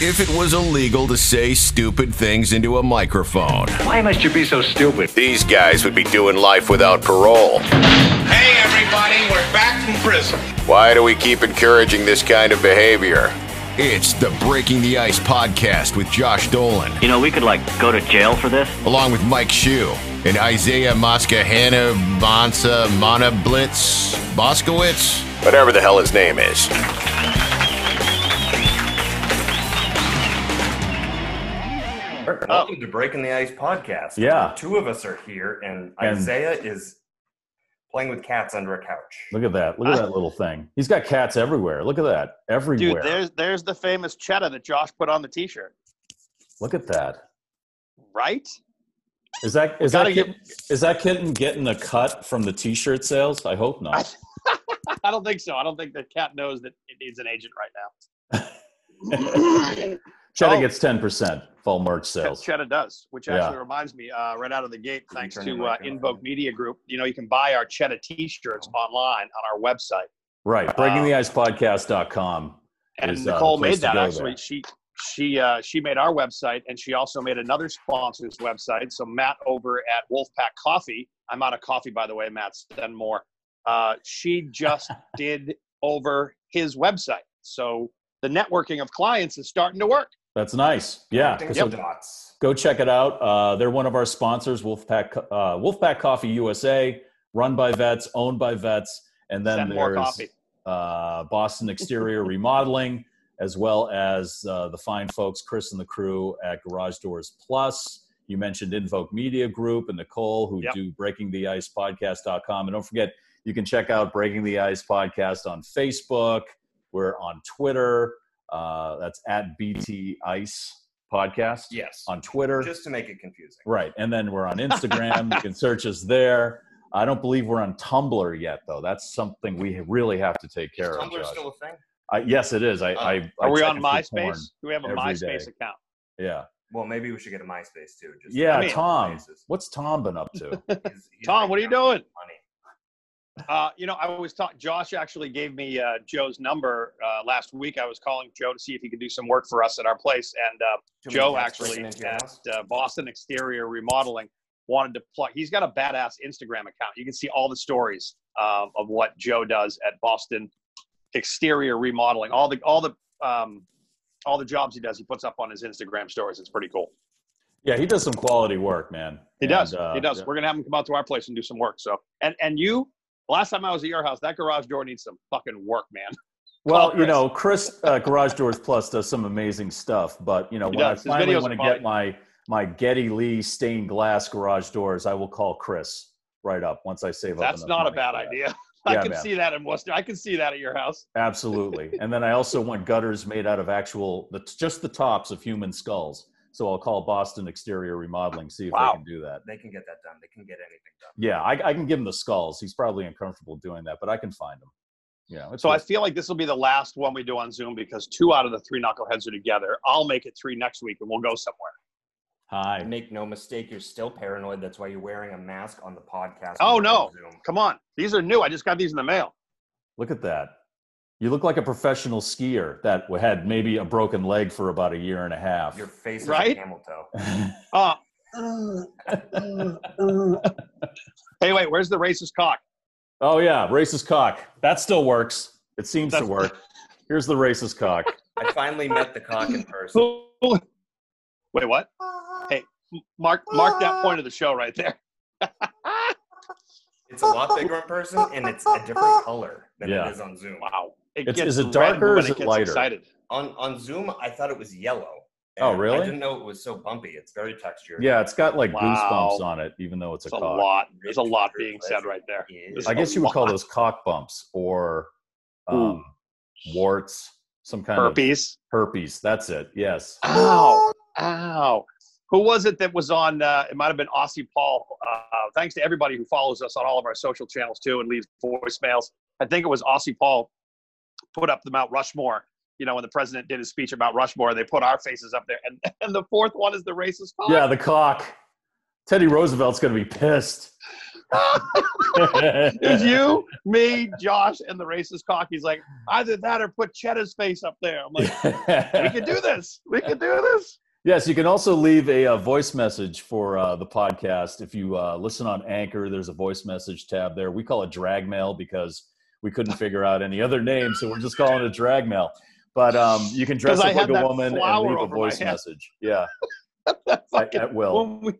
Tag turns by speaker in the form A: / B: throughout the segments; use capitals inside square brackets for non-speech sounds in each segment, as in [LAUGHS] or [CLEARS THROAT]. A: if it was illegal to say stupid things into a microphone.
B: Why must you be so stupid?
A: These guys would be doing life without parole.
C: Hey, everybody, we're back from prison.
A: Why do we keep encouraging this kind of behavior? It's the Breaking the Ice podcast with Josh Dolan,
D: You know, we could like go to jail for this.
A: along with Mike Shue and Isaiah Moscahana Bonsa Monablitz Boskowitz, whatever the hell his name is.
E: Welcome to Breaking the Ice podcast.
F: Yeah.
E: Two of us are here, and,
F: And-
E: Isaiah is playing with cats under a couch.
F: Look at that. Look at that little thing. He's got cats everywhere. Look at that.
G: Dude,
F: Everywhere.
G: there's there's the famous cheddar that Josh put on the T-shirt,
F: Look at that.
G: right? [LAUGHS]
F: Is that is that
G: Gotta
F: kitten, is that kitten getting a cut from the t-shirt sales? I hope
G: I-
F: not.
G: I don't think so. I don't think the cat knows that it needs an agent right now.
F: Cheddar
G: Oh.
F: gets ten percent fall merch sales.
G: cheddar does, which
F: Yeah.
G: actually reminds me, uh, right out of the gate,
E: Can you
G: thanks
E: turn your
G: to uh,
E: mic on?
G: Invoke Media Group. You know, you can buy our cheddar T-shirts online on our website.
F: Right. Breaking the ice podcast.com.
G: and
F: is, uh, the
G: Nicole
F: place
G: made
F: to
G: that
F: go
G: actually.
F: there.
G: She she uh, she made our website, and she also made another sponsor's website. So Matt over at Wolfpack Coffee, I'm out of coffee by the way. Matt Stenmore, uh, she just
F: [LAUGHS]
G: did over his website. So the networking of clients is starting to work.
F: That's nice. Yeah.
E: Connecting
F: So
E: the dots.
F: go check it out. Uh, they're one of our sponsors, Wolfpack uh, Wolfpack Coffee USA, run by vets, owned by vets, and then
G: Send
F: there's
G: more coffee.
F: uh, Boston Exterior Remodeling, as well as uh, the fine folks, Chris and the crew at Garage Doors Plus. You mentioned Invoke Media Group and Nicole, who
G: Yep.
F: do breakingtheicepodcast.com. And don't forget, you can check out Breaking the Ice Podcast on Facebook. We're on Twitter. Uh, that's at BT Ice Podcast
E: Yes.
F: on Twitter.
E: Just to make it confusing.
F: Right. And then we're on Instagram. you
G: [LAUGHS]
F: can search us there. I don't believe we're on Tumblr yet, though. That's something we really have to take care of.
E: Tumblr's
F: Josh.
E: still a thing?
F: I, yes, it is. I, I, I
G: Uh, Are we
F: check
G: on
F: it for porn.
G: MySpace? Do we have a
F: every
G: MySpace
F: day.
G: account?
F: Yeah.
E: Well, maybe we should get a MySpace too. Just
F: Yeah,
G: I mean-
F: Tom. What's Tom been up
G: [LAUGHS]
F: to?
E: He's- he's
G: Tom, what are you
E: making out
G: doing?
E: Money.
G: [LAUGHS] Uh, you know, I was talking. Josh actually gave me uh, Joe's number uh, last week. I was calling Joe to see if he could do some work for us at our place, and uh,
E: Too many
G: Joe
E: cats
G: actually
E: breaking into your
G: at
E: house?
G: uh, Boston Exterior Remodeling wanted to plug. He's got a badass Instagram account. You can see all the stories um, of what Joe does at Boston Exterior Remodeling. All the all the um, all the jobs he does, he puts up on his Instagram stories. It's pretty cool.
F: yeah, he does some quality work, man.
G: He
F: And,
G: does.
F: uh,
G: he does. We're gonna have him come out to our place and do some work. So and and you. Last time I was at your house, that garage door needs some fucking work, man.
F: [LAUGHS] Well,
G: Call
F: you know, Chris
G: [LAUGHS]
F: uh, Garage Doors Plus does some amazing stuff, but you know,
G: He
F: when I
G: does. His
F: finally
G: videos
F: want to
G: are
F: get my my Getty Lee stained glass garage doors, I will call Chris right up once I save up.
G: That's
F: enough
G: not a
F: money
G: bad
F: for that.
G: idea. [LAUGHS]
F: Yeah,
G: I can
F: man.
G: see that in Worcester. I can see that at your house.
F: Absolutely. and then I also want gutters made out of actual, the, just the tops of human skulls. So I'll call Boston Exterior Remodeling, see if
G: Wow.
F: they can do that.
E: They can get that done. They can get anything done.
F: Yeah, I, I can give him the skulls. He's probably uncomfortable doing that, but I can find him. You know, it's
G: So I
F: worth-
G: feel like this will be the last one we do on Zoom because two out of the three knuckleheads are together. I'll make it three next week and we'll go somewhere.
F: hi.
E: And make no mistake, you're still paranoid. That's why you're wearing a mask on the podcast.
G: Oh,
E: and
G: no.
E: on Zoom.
G: Come on. These are new. I just got these in the mail.
F: Look at that. You look like a professional skier that had maybe a broken leg for about a year and a
E: [LAUGHS]
F: half.
E: Your face is
G: Right?
E: a camel toe.
G: Uh, hey, wait, where's the racist cock? [LAUGHS]
F: oh yeah, racist cock. That still works. It seems to
G: That's- [LAUGHS]
F: work. Here's the racist cock.
E: I finally met the cock
G: [LAUGHS]
E: in person.
G: Wait, what? Hey, m- mark mark that point of the show right there. [LAUGHS]
E: It's a lot bigger in person, and it's a different color than
F: Yeah.
E: it is on Zoom.
G: Wow. It
F: It's- is it
G: red
F: darker or
G: when
F: is it
G: gets
F: lighter?
G: Excited.
E: on on Zoom, I thought it was yellow.
F: Oh,
E: And
F: really?
E: I didn't know it was so bumpy. It's very textured.
F: Yeah, it's got like
G: Wow.
F: goosebumps on it, even though it's a
G: It's a
F: cock.
G: lot. There's a lot being said right there.
E: Yeah.
F: I guess you would call those cock bumps or um, warts, some kind of
G: Herpes.
F: herpes. That's it. Yes.
G: Ow. Ow. Who was it that was on? Uh, it might have been Aussie Paul. Uh, thanks to everybody who follows us on all of our social channels too and leaves voicemails. I think it was Aussie Paul put up the Mount Rushmore. You know, when the president did his speech about Rushmore, they put our faces up there. And, [LAUGHS] and the fourth one is the racist. Paul. [LAUGHS]
F: Yeah, the cock. Teddy Roosevelt's going to be pissed.
G: It's
F: [LAUGHS]
G: you, me, Josh, and the racist cock. He's like, either that or put Cheddar's face up there. I'm like, we can do this. We can do this. [LAUGHS]
F: Yes, you can also leave a, uh voice message for uh, the podcast. If you uh, listen on Anchor, there's a voice message tab there. We call it drag mail because we couldn't figure out any other name, so we're just calling it drag mail. But um, you can dress
G: 'Cause I
F: up like
G: had
F: a
G: that
F: woman and
G: flower
F: leave a
G: over my
F: voice
G: head.
F: message. Yeah,
G: That
F: at,
G: fucking-
F: at will.
G: when we,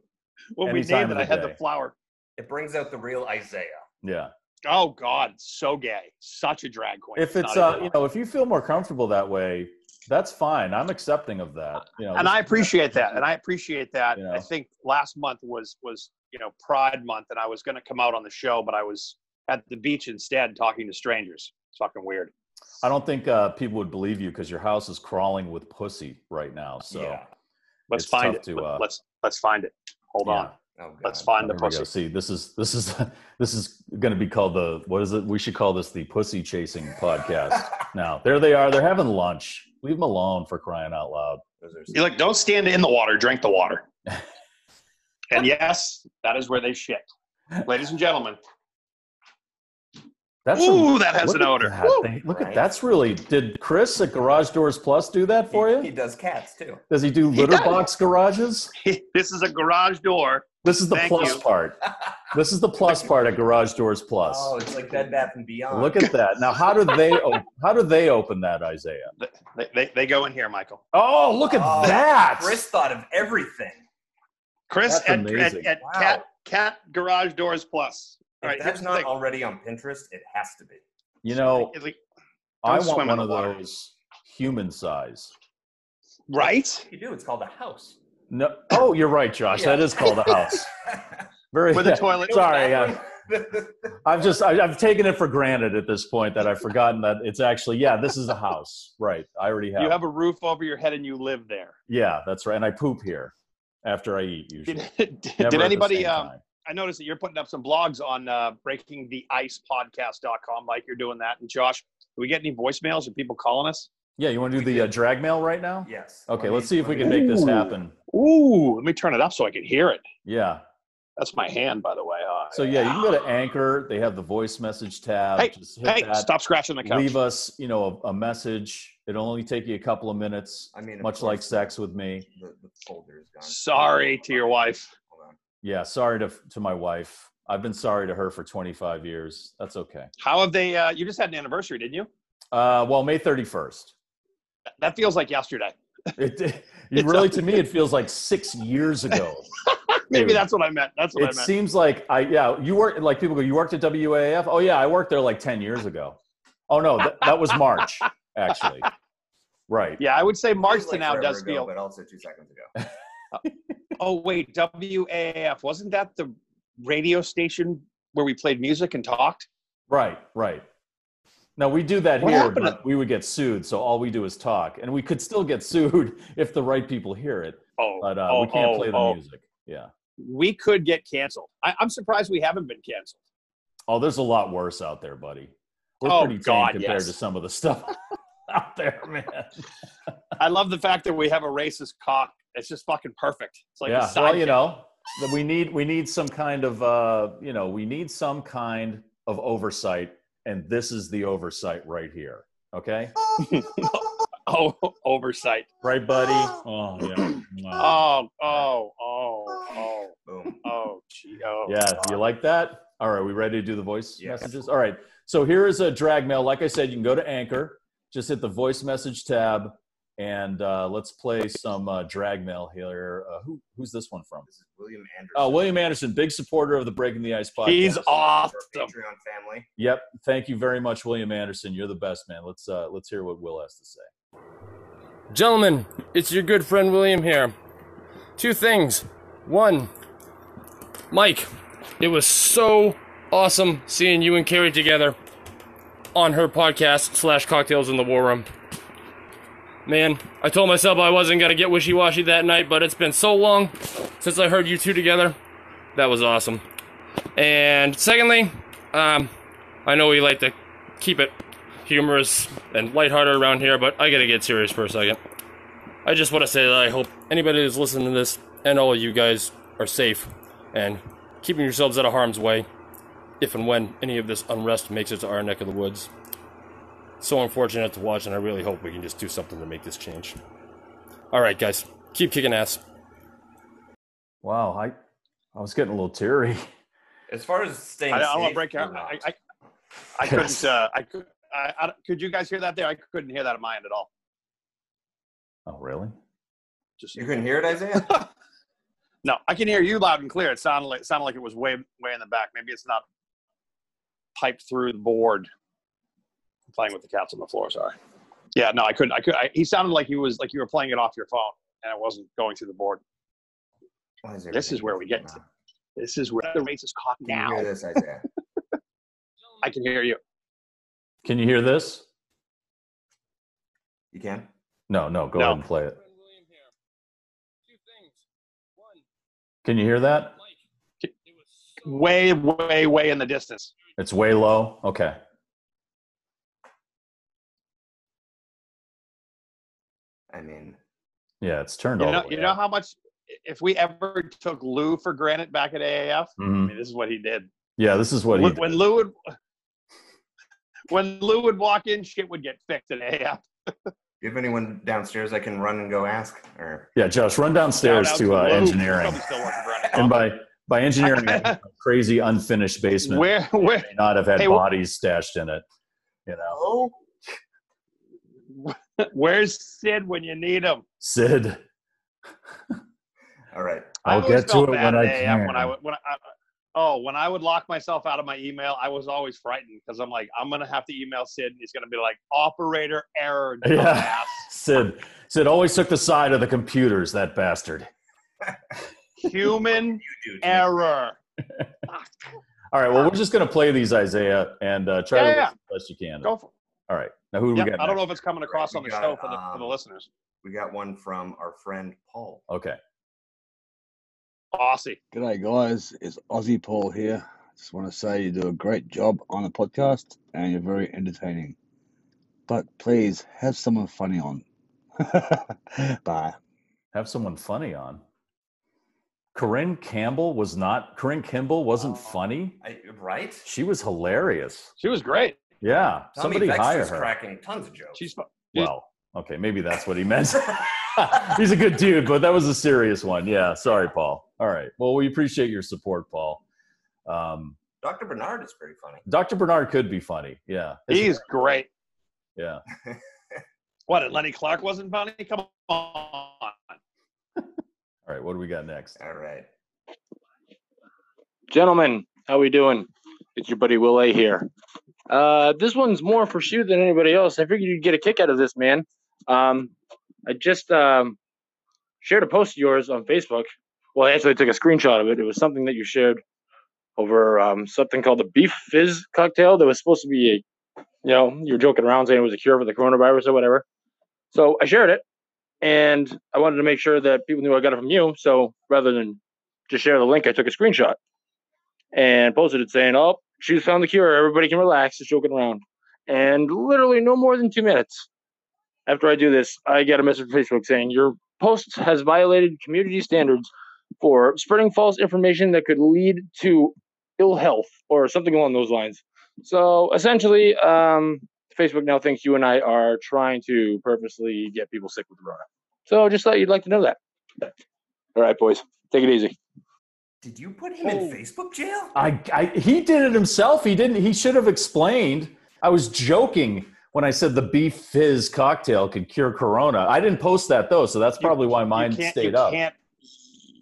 G: when we
F: Any time
G: named it,
F: of
G: I
F: the
G: had
F: day.
G: the flower.
E: It brings out the real Isaiah.
F: Yeah.
G: Oh God, so gay. Such a drag queen.
F: If it's
G: Not
F: uh,
G: even-
F: you know, if you feel more comfortable that way, that's fine. I'm accepting of that. You know,
G: and I appreciate that. And I appreciate that.
F: You know.
G: I think last month was was you know Pride Month, and I was going to come out on the show, but I was at the beach instead, talking to strangers. It's fucking weird.
F: I don't think uh, people would believe you because your house is crawling with pussy right now. So
E: Yeah.
G: Let's
F: It's
G: find
F: tough
G: it.
F: to,
G: Let-
F: uh,
G: let's let's find it. Hold
F: yeah.
G: on.
E: Oh, God.
G: Let's find the
F: Here we go.
G: pussy.
F: See, this is this is [LAUGHS] this is going to be called the what is it? We should call this the pussy chasing
G: [LAUGHS]
F: podcast. now there they are. They're having lunch. Leave them alone for crying out loud.
E: Those are-
G: You're like, don't stand in the water. Drink
E: [LAUGHS]
G: the water. and yes, that is where they shit, ladies and gentlemen. [LAUGHS]
F: That's some-
G: Ooh, that has
F: look
G: an
F: at
G: odor.
F: that
G: Woo.
F: thing. Look at
E: Right?
F: that's really. Did Chris at Garage Doors Plus do that for
E: he,
F: you?
E: He does cats too.
F: Does he do litter
G: does.
F: box garages?
G: this is a garage door.
F: This is the
G: Thank
F: plus
G: you.
F: part. This [LAUGHS] is the plus part at Garage Doors Plus.
E: Oh, it's like Bed Bath and Beyond.
F: Look at that. Now, how do they o- how do they open that, Isaiah?
G: They, they, they go in here, Michael.
F: Oh, look at
E: Oh,
F: that!
E: Chris thought of everything.
G: Chris
F: That's
G: at, at,
F: amazing.
G: at
E: Wow.
G: Cat Cat Garage Doors Plus. All
E: If
G: right, here's
E: that's
G: the
E: not
G: thing.
E: already on Pinterest, it has to be.
F: You know,
G: It's like-
F: I
G: don't
F: want
G: swim in
F: one
G: the
F: of
G: water.
F: those human size.
G: right?
E: You do. It's called a house.
F: No. Oh, you're right, Josh.
E: Yeah.
F: That is called a
G: [LAUGHS]
F: house. Very. [LAUGHS]
G: With a toilet.
F: Sorry, uh,
E: yeah.
F: I've just I, I've taken it for granted at this point that I've forgotten that it's actually yeah this is a house right I already have,
G: You have a roof over your head and you live there.
F: yeah that's right and I poop here after I eat usually.
G: Did, [LAUGHS] did-
F: Never at
G: did
F: the
G: anybody?
F: same
G: Um,
F: time.
G: I noticed that you're putting up some blogs on uh, breakingtheicepodcast.com. Mike, you're doing that. And Josh, do we get any voicemails of people calling us?
F: Yeah, you want to do the uh, drag mail right now?
E: [LAUGHS] Yes.
F: Okay,
E: Let
F: let's
E: me-
F: see if we
E: let
F: can
E: me-
F: make this
G: Ooh.
F: happen.
G: Ooh, let me turn it up so I can hear it.
F: Yeah.
G: That's my hand, by the way. Uh,
F: So yeah, you can go to Anchor. They have the voice message tab.
G: Hey,
F: Just hit
G: Hey,
F: that.
G: stop scratching the couch.
F: Leave us, you know, a, a message. It'll only take you a couple of minutes,
E: I mean, of
F: much like
E: course,
F: sex with me.
E: The, the folder is gone.
G: Sorry to your wife.
E: Hold on.
F: Yeah, sorry to to my wife. I've been sorry to her for 25 years. That's okay.
G: How have they? Uh, you just had an anniversary, didn't you?
F: Uh, well, May 31st.
G: That- That feels like yesterday.
F: It, [LAUGHS] it
G: It's
F: really,
G: a-
F: to me, it feels like six years ago.
G: Maybe
F: Dude.
G: that's what I meant. That's what
F: it
G: I meant.
F: seems like I yeah you work like people go you worked at WAF oh yeah I worked there like ten years ago oh no that, that was March actually right
G: yeah, I would say March
E: Feels
G: to
E: like
G: now
E: forever
G: does
E: ago,
G: feel.
E: But also two seconds ago.
G: Oh wait, WAF wasn't that the radio station where we played music and talked?
F: right right now we do that
G: What
F: here
G: happened
F: but we would get sued so all we do is talk and we could still get sued [LAUGHS] if the right people hear it
G: Oh,
F: but uh,
G: oh,
F: we can't
G: oh,
F: play the
G: oh.
F: music yeah
G: We could get canceled. I, I'm surprised we haven't been canceled.
F: oh there's a lot worse out there buddy we're
G: Oh,
F: pretty tame
G: God,
F: compared
G: yes.
F: to some of the stuff [LAUGHS] out there man
G: I love the fact that we have a racist cock. It's just fucking perfect. It's like a
F: yeah,
G: side
F: well, you know, that we need we need some kind of uh, you know, we need some kind of oversight, and this is the oversight right here. Okay,
G: [LAUGHS] oh, oversight.
F: right, buddy? Oh yeah, [CLEARS THROAT] Wow.
G: Oh, oh, oh, oh, [LAUGHS]
E: Boom.
G: oh, gee, oh.
F: yeah. You like that? All right, we ready to do the voice
E: Yes.
F: messages? All right. So here is a drag mail. Like I said, you can go to Anchor, just hit the voice message tab, and uh, let's play some uh, drag mail here. Uh, who who's this one from?
E: This is William Anderson.
G: Oh,
F: Uh, William Anderson, big supporter of the Breaking the Ice podcast.
G: He's awesome.
E: Our Patreon family.
F: Yep. Thank you very much, William Anderson. You're the best, man. Let's uh, let's hear what Will has to say.
B: Gentlemen, it's your good friend William here. Two things. One, Mike, it was so awesome seeing you and Carrie together on her podcast slash cocktails in the war room. Man, I told myself I wasn't gonna get wishy washy that night, but it's been so long since I heard you two together. That was awesome. And secondly, um, I know we like to keep it humorous and lighthearted around here, but I gotta get serious for a second. I just want to say that I hope anybody who's listening to this and all of you guys are safe and keeping yourselves out of harm's way if and when any of this unrest makes it to our neck of the woods. So unfortunate to watch, and I really hope we can just do something to make this change. All right, guys, keep kicking ass.
F: Wow, I I was getting a little teary. [LAUGHS]
E: As far as staying
G: I, I don't want
E: safe,
G: to break out.
E: or not.
G: I, I, I couldn't. Uh, I could. I, I, don't- could you guys hear that there? I couldn't hear that at my end at all.
F: Oh, really?
G: Just
E: you can hear it,
G: [LAUGHS]
E: Isaiah.
G: no, I can hear you loud and clear. It sounded like sounded like it was way way in the back. Maybe it's not piped through the board. I'm playing with the cats on the floor. Sorry. Yeah, no, I couldn't. I could. I, he sounded like he was like you were playing it off your phone, and it wasn't going through the board.
E: Why is
G: This is
E: everything
G: where we get
E: going on?
G: This is where the race is caught
E: Can you
G: now.
E: hear this, Isaiah?
G: I can hear you.
F: Can you hear this?
E: You can.
F: No, no. Go
G: No.
F: ahead and play it.
B: Friend William here. Two things. One,
F: Can you hear that?
B: Mike. It was so
G: Way, way, way in the distance.
F: It's way low. Okay.
E: I mean,
F: Yeah, it's turned
G: You
F: all
G: know,
F: the way
G: you know
F: up.
G: how much. If we ever took Lou for granted back at AAF, I
F: Mhm.
G: mean, this is what he did.
F: Yeah, this is what he.
G: when,
F: did.
G: when Lou would [LAUGHS] when Lou would walk in, shit would get fixed in AF.
E: do you have anyone downstairs I can run and go ask? Or
F: Yeah, Josh, run downstairs
G: Shout out
F: to uh,
G: Lou.
F: engineering.
G: Probably still working for Renaissance.
F: And by by engineering, I mean
G: [LAUGHS]
F: a crazy unfinished basement
G: where where
F: may not have had
G: Hey, wh-
F: bodies stashed in it. You know,
G: where's Sid when you need him?
F: Sid,
E: all right,
G: I
F: I'll
G: always
F: get to
G: felt
F: it
G: bad
F: when
G: at
F: I
G: AAF
F: can.
G: When I, would- when I, oh, when I would lock myself out of my email, I was always frightened because I'm like, I'm gonna have to email Sid, and he's gonna be like, operator error.
F: Yeah.
G: dumbass."
F: Sid, Sid always took the side of the computers. That bastard.
G: human
E: you do. Jimmy.
G: error.
F: All right, well, we're just gonna play these Isaiah and uh, try
G: Yeah,
F: to
G: yeah.
F: listen the best you can.
G: Go for
F: All right, now who do
G: it.
F: we
G: Yeah,
F: got?
G: I don't know
F: next?
G: if it's coming across
E: Right,
G: on
E: we
G: the
E: got,
G: show for the, for the
E: um,
G: listeners.
E: we got one from our friend Paul.
F: Okay,
G: Aussie.
H: G'day, guys. It's Aussie Paul here. Just want to say you do a great job on the podcast and you're very entertaining. But please have someone funny on. [LAUGHS] Bye.
F: have someone funny on. Corinne Campbell was not. Corinne Kimball wasn't
E: Oh.
F: funny.
E: I, right?
F: She was hilarious.
G: She was great.
F: Yeah,
E: Tommy
F: somebody
E: Vex
F: hire
E: is
F: her.
E: cracking tons of jokes.
G: She's fu-
F: Well, okay, maybe that's what he meant. [LAUGHS] He's a good dude, but that was a serious one. Yeah, sorry, Paul. All right. Well, we appreciate your support, Paul. Um,
E: Dr. Bernard is pretty funny.
F: Dr. Bernard could be funny. Yeah.
G: he's great.
F: Yeah.
G: [LAUGHS] What? Lenny Clark wasn't funny? Come on.
F: All right. What do we got next?
E: All right.
I: Gentlemen, how we doing? It's your buddy Will A here. Uh, this one's more for you than anybody else. I figured you'd get a kick out of this, man. Um, I just um, shared a post of yours on Facebook. Well, actually, I took a screenshot of it. It was something that you shared over um, something called the Beef Fizz cocktail that was supposed to be, a, you know, you were joking around saying it was a cure for the coronavirus or whatever. So I shared it, and I wanted to make sure that people knew I got it from you. So rather than just share the link, I took a screenshot and posted it saying, "Oh, she's found the cure. Everybody can relax. It's joking around." And literally, no more than two minutes after I do this, I get a message from Facebook saying, "Your post has violated community standards for spreading false information that could lead to ill health or something along those lines." So essentially, um, Facebook now thinks you and I are trying to purposely get people sick with Corona. So just thought you'd like to know that. All right, boys, take it easy.
E: Did you put him
G: Oh.
E: in Facebook jail?
F: I, I he did it himself. He didn't. He should have explained. I was joking when I said the beef fizz cocktail could cure corona. I didn't post that though, so that's
G: You-
F: probably why mine
G: you can't,
F: stayed
G: you
F: up.
G: Can't,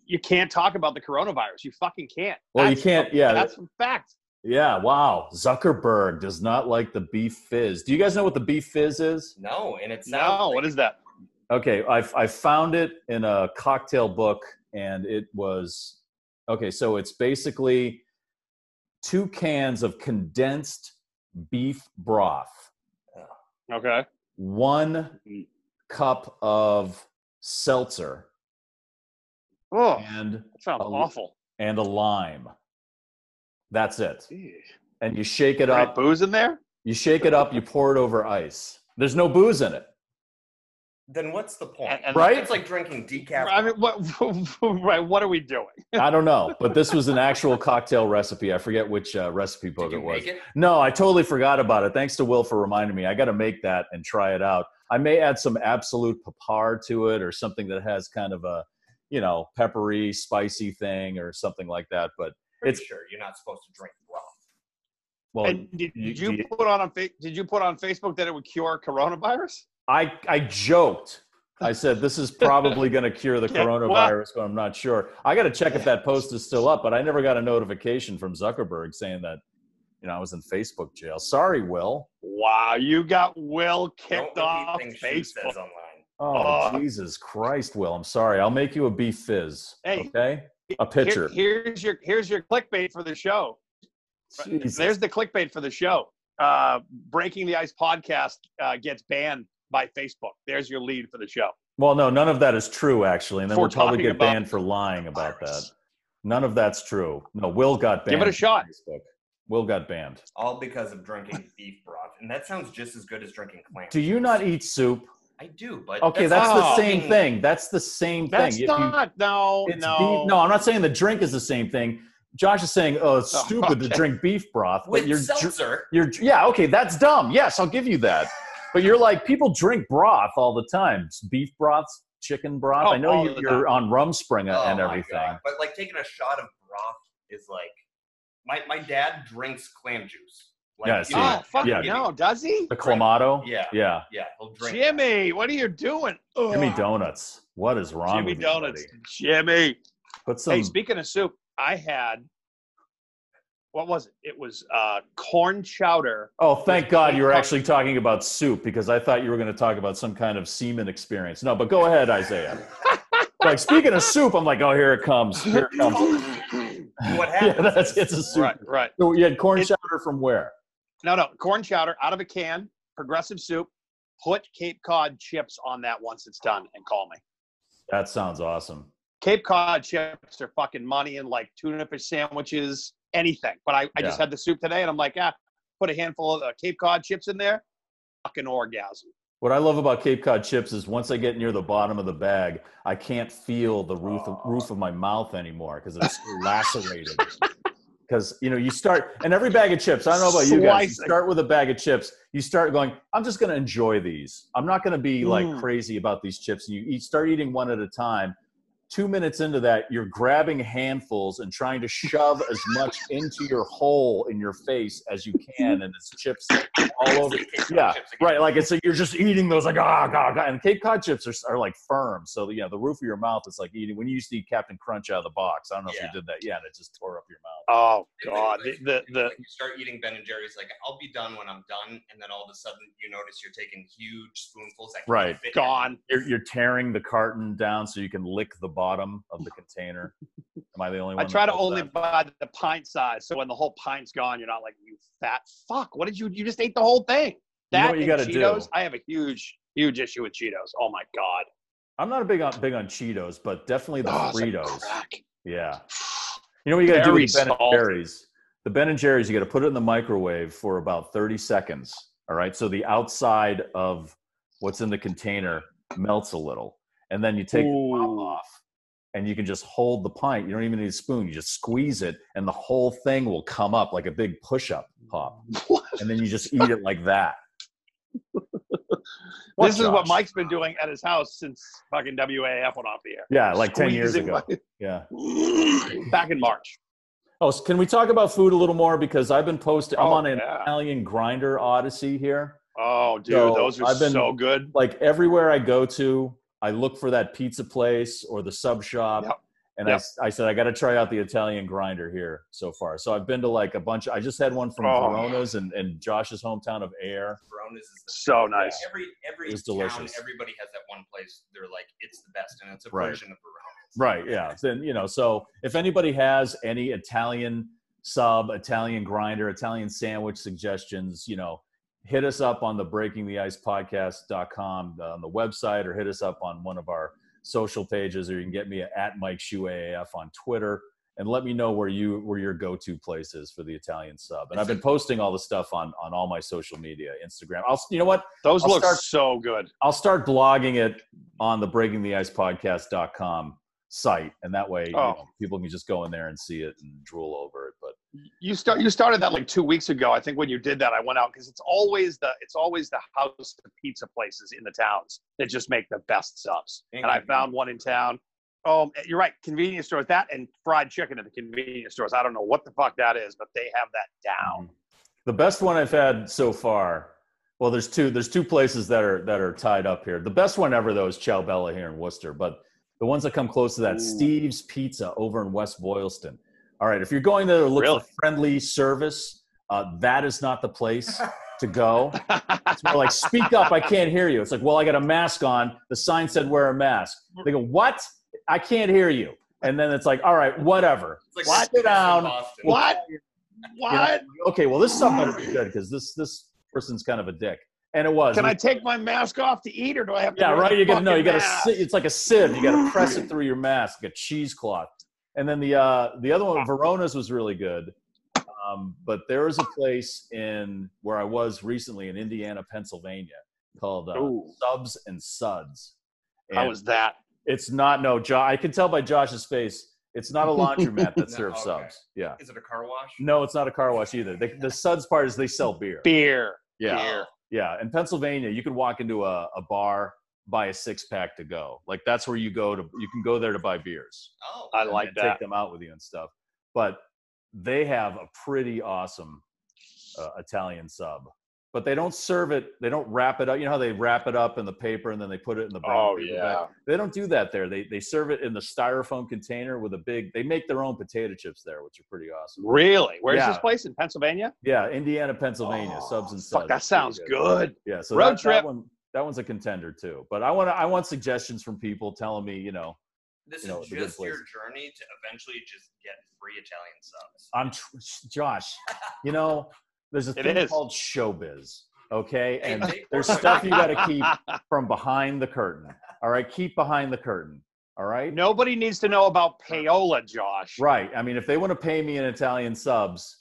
G: you can't talk about the coronavirus. You fucking can't.
F: Well, you
G: That's-
F: can't- yeah.
G: That's a fact.
F: Yeah, wow. Zuckerberg does not like the beef fizz. Do you guys know what the beef fizz is?
E: No, and it's
G: No, what is that?
F: Okay, I, I found it in a cocktail book, and it was okay. So it's basically two cans of condensed beef broth,
G: Okay.
F: one cup of seltzer,
G: Oh,
F: and
G: that sounds
F: a-
G: awful.
F: and a lime. That's it.
G: Get
F: And you shake it up.
G: booze in there?
F: You shake it up. You pour it over ice. There's no booze in it.
E: Then what's the point?
G: And- and-
F: Right?
E: It's like drinking decaf.
G: I mean, what? [LAUGHS] Right? What are we doing?
F: I don't know, but this was an actual cocktail recipe. I forget which uh, recipe book
E: Did
F: it
E: you
F: was.
E: make it?
F: No, I totally forgot about it. Thanks to Will for reminding me. I got to make that and try it out. I may add some absolute papar to it or something that has kind of a, you know, peppery, spicy thing or something like that. But
E: Pretty
F: It's-
E: sure you're not supposed to drink rum.
F: well,
G: and did
F: you-
G: did you,
F: you-
G: put on on fa- did you put on Facebook that it would cure coronavirus?
F: I I joked. I said this is probably going to cure the
G: [LAUGHS] Yeah, well-
F: coronavirus, but I'm not sure. I got to check if that post is still up, but I never got a notification from Zuckerberg saying that, you know, I was in Facebook jail. Sorry, Will.
G: Wow, you got Will
E: Don't
G: kicked off
E: repeat things she says
G: Facebook.
E: online.
F: Oh,
G: Oh.
F: Jesus Christ, Will. I'm sorry. I'll make you a beef fizz.
G: Hey,
F: okay? A pitcher.
G: Here- here's your here's your clickbait for the show.
F: Jesus.
G: There's the clickbait for the show. Uh, Breaking the Ice podcast uh, gets banned by Facebook. There's your lead for the show.
F: well, no, none of that is true, actually. And then
G: For
F: we'll probably
G: talking
F: get
G: about
F: banned for lying about that.
G: virus.
F: None of that's true. No, Will got banned.
G: Give it a
F: from
G: shot.
F: Facebook. Will got banned.
E: All because of
F: [LAUGHS]
E: drinking beef broth, and that sounds just as good as drinking clam.
F: Do you not eat soup?
E: I do, but
F: Okay, that's, the
G: not-
F: same thing. That's the same
G: That's
F: thing. If you-
G: not no
F: it's
G: no
F: beef- no, I'm not saying the drink is the same thing. Josh is saying, oh,
G: [LAUGHS]
F: it's
G: Oh,
F: stupid to
G: okay.
F: drink beef broth, but
E: with
F: you're dr-
E: seltzer.
F: You're yeah, okay, that's dumb. Yes, I'll give you that. But you're like people drink broth all the time. Beef broths, chicken broth.
G: Oh,
F: I know
G: all
F: you,
G: the
F: you're on Rumspringa
E: Oh
F: and
E: my
F: everything.
E: God. But like taking a shot of broth is like my my dad drinks clam juice. Like,
F: Yeah, I see.
G: Oh
E: have
G: fuck
E: to
F: Yeah.
E: give
G: no,
E: me-
G: does he?
F: The clamato.
E: Yeah.
F: Yeah.
E: Yeah, he'll drink. that.
G: Jimmy, what are you doing?
F: Jimmy
G: Ugh.
F: Donuts. What is wrong
G: Jimmy
F: with you,
G: Donuts.
F: buddy?
G: Jimmy.
F: Put some
G: Hey, speaking of soup, I had what was it? It was uh, corn chowder.
F: Oh, thank God you were actually talking about soup because I thought you were going to talk about some kind of semen experience. No, but go ahead, Isaiah. like speaking of soup, I'm like, oh, here it comes. Here it comes.
E: What
F: [LAUGHS] yeah,
E: happens?
F: that's
E: is-
F: it's a soup.
G: Right, right.
F: So you had corn
G: It-
F: chowder from where?
G: No, no, corn chowder out of a can, progressive soup. Put Cape Cod chips on that once it's done, and call me.
F: That sounds awesome.
G: Cape Cod chips are fucking money in like tuna fish sandwiches, anything. But I, I just had the soup today, and I'm like, ah, put a handful of uh, Cape Cod chips in there, fucking orgasm.
F: What I love about Cape Cod chips is once I get near the bottom of the bag, I can't feel the roof of, roof of my mouth anymore
G: [LAUGHS]
F: because it's so lacerated. Because you know, you start and every bag of chips. I don't know about you guys. You
G: Slicing.
F: start with a bag of chips. You start going. I'm just going to enjoy these. I'm not going to be like
G: Mm.
F: crazy about these chips. And you eat, start eating one at a time. Two minutes into that, you're grabbing handfuls and trying to shove as much into your hole in your face as you can, and it's chips all over. Yeah, Right, like it's like you're just eating those like ah, ah, ah. and Cape Cod chips are, are like firm, so you know the roof of your mouth is like eating. When you used to eat Captain Crunch out of the box, I don't know if
E: Yeah.
F: you did that. Yeah, and it just tore up your mouth.
G: Oh
E: It's like-
G: god, the the,
E: it's
G: the
E: like you start eating Ben and Jerry's, like I'll be done when I'm done, and then all of a sudden you notice you're taking huge spoonfuls. That can't
F: Right.
E: fit in.
G: gone.
F: You're, you're tearing the carton down so you can lick the bottom of the container. Am I the only one?
G: I
F: that
G: try to
F: does
G: only
F: that?
G: buy the pint size, so when the whole pint's gone, you're not like you fat fuck. What did you? You just ate the whole thing.
F: You know
G: That
F: what you
G: and
F: gotta do.
G: Cheetos. I have a huge, huge issue with Cheetos. Oh my god.
F: I'm not a big on big on Cheetos, but definitely the
G: Oh, it's like
F: Fritos.
G: crack. [LAUGHS]
F: Yeah. You know what you got to do
G: Very
F: with Ben and
G: salty.
F: Jerry's? The Ben and Jerry's, you got to put it in the microwave for about 30 seconds. All right. So the outside of what's in the container melts a little. And then you take the top
G: Ooh.
F: off and you can just hold the pint. You don't even need a spoon. You just squeeze it and the whole thing will come up like a big push up pop.
G: What?
F: And then you just eat it like
G: [LAUGHS]
F: that. What,
G: This is
F: Josh?
G: what Mike's been doing at his house since fucking WAF went off the
F: [CLEARS THROAT]
G: air.
F: Yeah, like 10 years
G: Squeezing
F: ago. Yeah.
G: my- back in March.
F: Oh, so can we talk about food a little more? Because I've been posting, I'm
G: Oh,
F: on an
G: yeah.
F: Italian grinder odyssey here.
G: Oh, dude,
F: So,
G: those are
F: I've been-
G: so good.
F: like everywhere I go to, I look for that pizza place or the sub shop.
G: Yep.
F: And I
G: Yep.
F: s I I, said, I got to try out the Italian grinder here so far. So I've been to like a bunch. I just had one from
G: Oh.
F: Verona's and, and Josh's hometown of Air.
E: Coronas is the
G: So nice.
E: Every every
F: It was
E: town,
F: delicious.
E: everybody has that one place. They're like, it's the best, and it's a
F: Right.
E: version of Verona's.
F: Right. Yeah. Then, you know, so if anybody has any Italian sub, Italian grinder, Italian sandwich suggestions, you know, hit us up on the breaking the ice podcast.com uh, on the website or hit us up on one of our social pages or you can get me at, at Mike Shoe AAF on Twitter. and let me know where you where your go-to place is for the Italian sub. And I've been posting all the stuff on on all my social media, Instagram. I'll you know what?
G: Those
F: I'll
G: look
F: start-
G: so good.
F: I'll start blogging it on the breakingtheicepodcast.com site and that way you
G: Oh.
F: know, people can just go in there and see it and drool over it. But
G: You start. You started that like two weeks ago. I think when you did that, I went out because it's always the it's always the house of pizza places in the towns that just make the best subs. And
F: Mm-hmm.
G: I found one in town. Oh, you're right. Convenience stores that and fried chicken at the convenience stores. I don't know what the fuck that is, but they have that down.
F: Mm-hmm. The best one I've had so far. Well, there's two. There's two places that are that are tied up here. The best one ever though is Chow Bella here in Worcester, but the ones that come close to that,
G: Ooh.
F: Steve's Pizza over in West Boylston. All right, if you're going there to look
G: Really?
F: for friendly service, uh, that is not the place
G: [LAUGHS]
F: to go. It's more like, speak up, I can't hear you. It's like, well, I got a mask on. The sign said wear a mask. They go, what? I can't hear you. And then it's like, all right, whatever.
E: It's like
F: What?
E: Sticks in
F: Down.
E: Boston.
G: what?
F: You know,
G: What?
F: okay, well, this stuff better be good because this this person's kind of a dick, and it was.
G: Can I take my mask off to eat, or do I have to?
F: yeah,
G: wear
F: right.
G: the
F: You got to know. You
G: fucking
F: got
G: mask?
F: to. It's like a sieve. You got to press it through your mask, like a cheesecloth. And then the uh, the other one, Verona's, was really good. Um, but there is a place in where I was recently in Indiana, Pennsylvania, called uh,
G: Ooh.
F: Subs and Suds.
G: How
F: And
G: was that?
F: it's not no. Jo- I can tell by Josh's face. It's
G: [LAUGHS]
F: not a laundromat that
E: No,
F: serves
E: okay.
F: subs. Yeah.
E: Is it a car wash?
F: No, it's not a car wash either. They, the suds part is they sell beer.
G: Beer.
F: Yeah.
G: Beer.
F: Yeah. In Pennsylvania, you could walk into a, a bar, buy a six pack to go. Like that's where you go to, you can go there to buy beers.
E: Oh,
G: I
F: and
G: like
F: then
G: that.
F: Take them out with you and stuff. But they have a pretty awesome uh, Italian sub. But they don't serve it. They don't wrap it up. You know how they wrap it up in the paper and then they put it in the brown
G: Oh
F: paper
G: yeah.
F: bag? They don't do that there. They they serve it in the styrofoam container with a big. They make their own potato chips there, which are pretty awesome.
G: Really? Where's
F: Yeah.
G: this place in Pennsylvania?
F: Yeah, Indiana, Pennsylvania, subs and
G: Fuck,
F: suds.
G: that sounds
F: Pretty
G: good.
F: Yeah, so
G: Road
F: that, that
G: trip.
F: one that one's a contender too. But I want to I want suggestions from people telling me, you know,
E: this
F: You know,
E: is
F: the good
E: just your
F: place.
E: journey to eventually just get free Italian subs.
F: I'm tr- Josh. You know, there's a
G: It
F: thing
G: is.
F: called showbiz. Okay,
E: Hey,
F: and
E: they-
F: there's stuff you got
G: [LAUGHS]
F: to keep from behind the curtain. All right, keep behind the curtain. All right,
G: Nobody needs to know about payola, Josh.
F: right. I mean, if they want to pay me in Italian subs,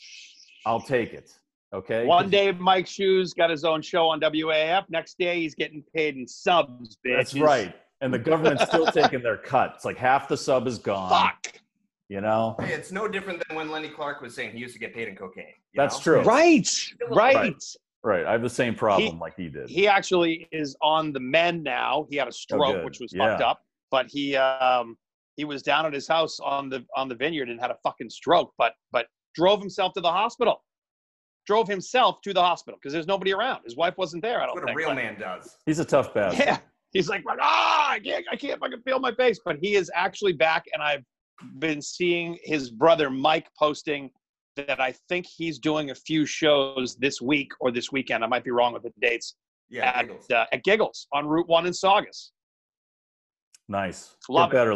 F: I'll take it. Okay,
G: One day, Mike Shoes got his own show on WAF. Next day, he's getting paid in subs, bitch.
F: that's right. And the government's still taking their cut. It's like half the sub is gone.
G: Fuck.
F: You know,
E: Hey, it's no different than when Lenny Clark was saying he used to get paid in cocaine. you
F: that's
E: know?
F: true.
G: Right.
F: Right.
G: Right.
F: Right. I have the same problem
G: He-
F: like he did.
G: He actually is on the men now. He had a stroke,
F: good.
G: which was
F: Yeah.
G: fucked up. But he um, he was down at his house on the on the vineyard and had a fucking stroke. But but drove himself to the hospital. Drove himself to the hospital because there's nobody around. His wife wasn't there. I don't
E: That's what a
G: think.
E: real
G: but-
E: man does.
F: He's a tough bastard.
G: Yeah. He's like, like, ah, I can't, I can't fucking feel my face. But he is actually back, and I've been seeing his brother Mike posting that I think he's doing a few shows this week or this weekend. I might be wrong with the dates
E: Yeah,
G: at,
E: Giggles.
G: uh, at Giggles on Route One in Saugus.
F: Nice.
G: Love
F: Get better,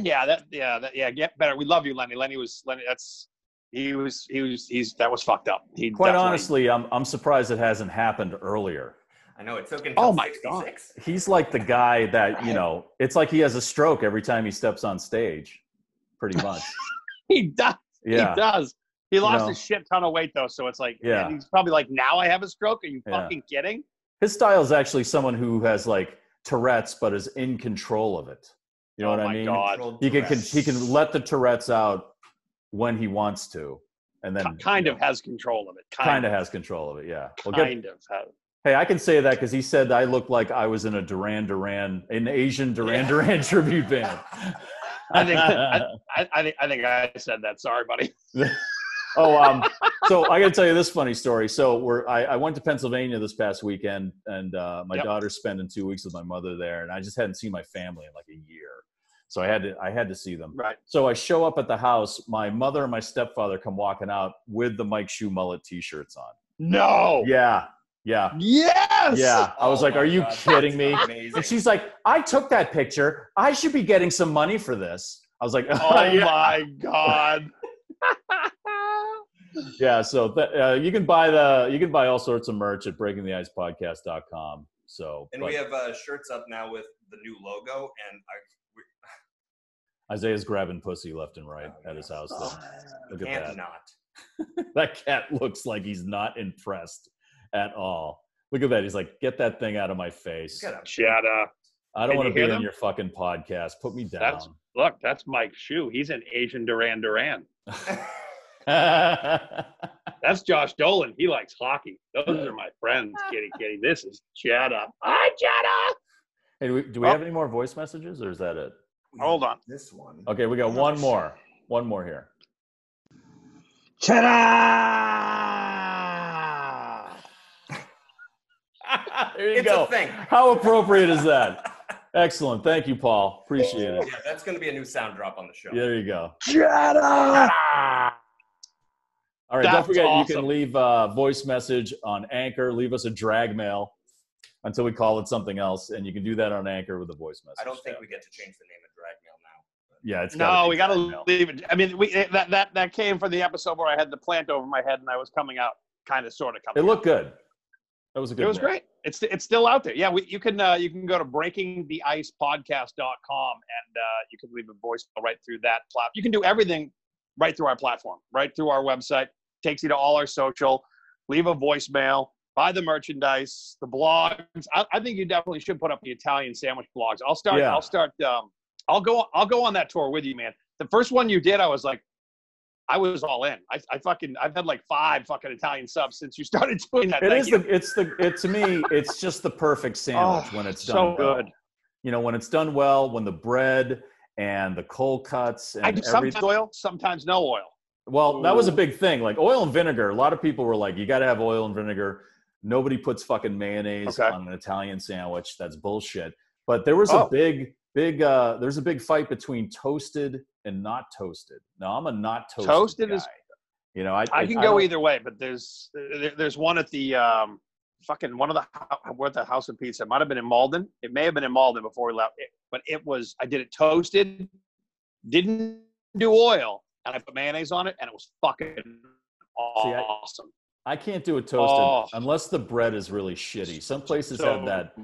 G: [CLEARS THROAT] yeah, that, yeah, that, yeah. Get better. We love you, Lenny. Lenny was Lenny. That's he was he was he's that was fucked up. He
F: Quite
G: definitely-
F: honestly, I'm I'm surprised it hasn't happened earlier.
E: I know it took him.
G: Oh
E: till
G: my
E: 66.
F: He's like the guy that you know. It's like he has a stroke every time he steps on stage, pretty
G: [LAUGHS]
F: much.
G: [LAUGHS] he does.
F: Yeah.
G: He does. He lost
F: know.
G: a shit ton of weight though, so it's like,
F: Yeah.
G: yeah, he's probably like, now I have a stroke. Are you
F: Yeah.
G: fucking kidding?
F: His style is actually someone who has like Tourette's, but is in control of it. You know
G: Oh
F: what I
G: my
F: mean?
G: God.
E: Controlled
F: He can, can
E: Tourette's.
F: he can let the Tourette's out when he wants to, and then
G: Ki- kind of has control of it.
F: kind
G: Kind,
F: of has control of it. Yeah. Well,
G: of,
F: good,
G: kind of. has-
F: Hey, I can say that because he said I looked like I was in a Duran Duran, an Asian Duran
E: Yeah. [LAUGHS]
F: Duran [LAUGHS] tribute band.
G: I think- I, I think I think I said that. Sorry, buddy.
F: [LAUGHS]
G: [LAUGHS]
F: oh, um, so I got to tell you this funny story. So we're I, I went to Pennsylvania this past weekend, and uh, my
G: Yep.
F: daughter's spending two weeks with my mother there, and I just hadn't seen my family in like a year, so I had to I had to see them.
G: Right.
F: So I show up at the house. My mother and my stepfather come walking out with the Mike Shoe mullet T-shirts on.
G: No.
F: Yeah, yeah,
G: Yes.
F: yeah. I was
E: Oh
F: like,
E: my
F: "Are you
E: God,
F: kidding
E: that's [LAUGHS]
F: me?"
E: amazing.
F: And she's like, I took that picture. I should be getting some money for this. [LAUGHS] I was like,
G: Oh
F: yeah.
G: my
F: [LAUGHS]
G: god.
F: yeah. So th- uh, you can buy the you can buy all sorts of merch at breakingtheicepodcast.com. So
E: and
F: but
E: we have uh, shirts up now with the new logo, and I, we,
F: Isaiah's grabbing pussy left and right at his house.
G: Oh,
F: though. Look at
E: and
F: that.
E: not.
F: [LAUGHS] that cat looks like he's not impressed at all. Look at that. He's like, get that thing out of my face.
E: Get up.
G: Shut up.
F: I don't
G: Can
F: want
G: you
F: to be
G: hear
F: on
G: them?
F: your fucking podcast. Put me down.
G: That's- Look, that's Mike Shue. He's an Asian Duran Duran.
F: [LAUGHS]
G: That's Josh Dolan. He likes hockey. Those are my friends, kitty kitty. This is Shut Up. Hi, Shut Up.
F: hey, do we, do we
G: Oh.
F: have any more voice messages or is that it?
G: Hold on.
E: This one.
F: Okay, we got one more. One more here.
H: Ta-da!
F: there you
E: It's
F: go.
E: a thing.
F: How appropriate is that?
E: [LAUGHS]
F: Excellent. Thank you, Paul. Appreciate it.
E: Yeah, that's going to be a new sound drop on the show.
F: There you go.
H: Ta-da!
F: All right. don't
G: That's
F: forget, you
G: awesome.
F: can leave a voice message on Anchor. Leave us a drag mail until we call it something else, and you can do that on Anchor with a voice message.
E: I don't think
F: tab.
E: we get to change the name of Drag Mail now.
F: Yeah, [LAUGHS] it's gotta
G: No,
F: be
G: we got
F: drag mail.
G: to leave it. I mean, we that, that that came from the episode where I had the plant over my head and I was coming out, kind of, sort of
F: It
G: coming.
F: looked good. That was a
G: out.
F: good.
G: It was
F: look.
G: great. It's it's still out there. Yeah, we, you can uh, you can go to breakingtheicepodcast.com and uh, you can leave a voicemail right through that platform. You can do everything right through our platform, right through our website. Takes you to all our social. Leave a voicemail. Buy the merchandise, the blogs. I, I think you definitely should put up the Italian sandwich blogs. I'll start.
F: Yeah.
G: I'll start. Um, I'll go. I'll go on that tour with you, man. The first one you did, I was like, I was all in. I, I fucking. I've had like five fucking Italian subs since you started doing [LAUGHS] that.
F: It
G: Thank
F: is
G: you.
F: the. It's the. It to me, it's just the perfect sandwich
G: [LAUGHS] Oh,
F: when it's done.
G: so
F: well.
G: good.
F: You know, when it's done well, when the bread and the cold cuts and
G: I do
F: everything.
G: sometimes oil, sometimes no oil.
F: Well, that was a big thing. Like oil and vinegar. A lot of people were like, "You got to have oil and vinegar." Nobody puts fucking mayonnaise
G: Okay.
F: on an Italian sandwich. That's bullshit. But there was
G: Oh.
F: a big, big. uh There's a big fight between toasted and not toasted. Now I'm a not toasted.
G: Toasted is-
F: guy. You know, I,
G: I can go
F: don't-
G: either way, but there's there, there's one at the um, fucking one of the hou- we're at the House of Pizza. It might have been in Malden. It may have been in Malden before we left, It- but it was. I did it toasted, didn't do oil, and I put mayonnaise on it, and it was fucking
F: I-
G: awesome.
F: I can't do it toasted
G: Oh.
F: unless the bread is really shitty. Some places have that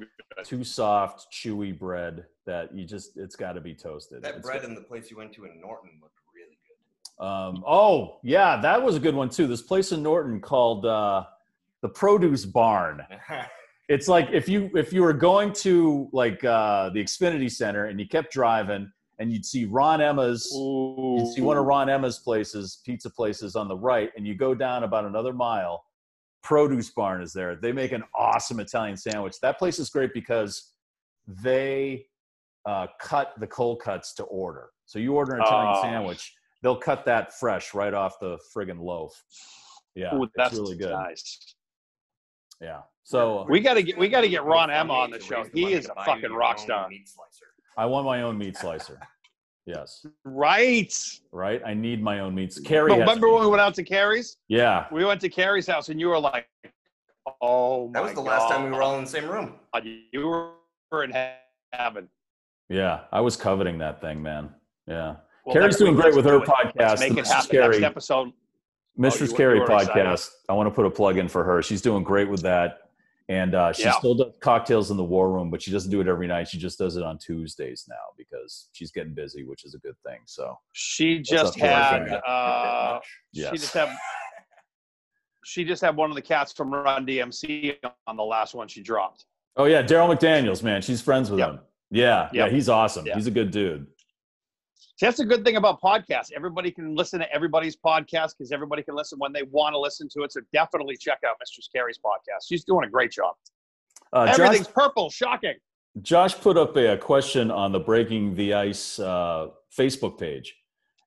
F: too soft, chewy bread that you just it's got to be toasted.
E: That
F: It's
E: bread in the place you went to in Norton looked really good.
F: Um, oh yeah, that was a good one too. This place in Norton called uh, the Produce Barn.
G: [LAUGHS]
F: It's like if you if you were going to like uh, the Xfinity Center and you kept driving and you'd see Ron Emma's, you'd see one of Ron Emma's places, pizza places on the right, and you go down about another mile. Produce Barn is there. They make an awesome Italian sandwich. That place is great because they uh, cut the cold cuts to order. So you order an Italian
G: Oh.
F: sandwich, they'll cut that fresh right off the friggin' loaf. Yeah,
G: Ooh,
F: that's
G: that's
F: it's really good.
G: Nice.
F: Yeah. So
G: We got to get we got to get Ron
E: Funny
G: Emma on the
E: to
G: show.
E: raise
G: He
E: money
G: is
E: to
G: a
E: buy you
G: fucking
E: your
G: rock
E: own
G: star.
E: meat slicer.
F: I want my own meat slicer. Yes.
G: Right.
F: Right. I need my own meats. Carrie.
G: But
F: has
G: remember
F: meat.
G: when we went out to Carrie's?
F: Yeah.
G: We went to Carrie's house, and you were like, "Oh my
E: That was the last time we were
G: God,
E: all in the same room.
G: You were in heaven.
F: Yeah. I was coveting that thing, man. Yeah.
G: Well,
F: Carrie's
G: next week,
F: doing great
G: let's
F: with her
G: do it.
F: podcast.
G: Let's make
F: the
G: it
F: Mrs.
G: happen.
F: Carrie.
G: Next episode.
F: Mistress
G: Oh, you were-
F: Carey
G: you were
F: podcast.
G: excited.
F: I want to put a plug in for her. She's doing great with that, and uh, she
G: Yeah.
F: still does cocktails in the war room, but she doesn't do it every night. She just does it on Tuesdays now because she's getting busy, which is a good thing. So
G: She
F: That's
G: just
F: not fair, I
G: had.
F: think.
G: Uh,
F: yes,
G: She just had. She just had one of the cats from Run DMC on the last one she dropped.
F: oh yeah, Daryl McDaniel's man. She's friends with
G: Yep.
F: him. Yeah, yeah,
G: Yep.
F: he's awesome.
G: Yeah.
F: He's a good dude.
G: See, that's a good thing about podcasts. Everybody can listen to everybody's podcast because everybody can listen when they want to listen to it. So definitely check out Mistress Carey's podcast. She's doing a great job.
F: Uh, Josh,
G: Everything's purple. Shocking.
F: Josh put up a, a question on the Breaking the Ice uh, Facebook page,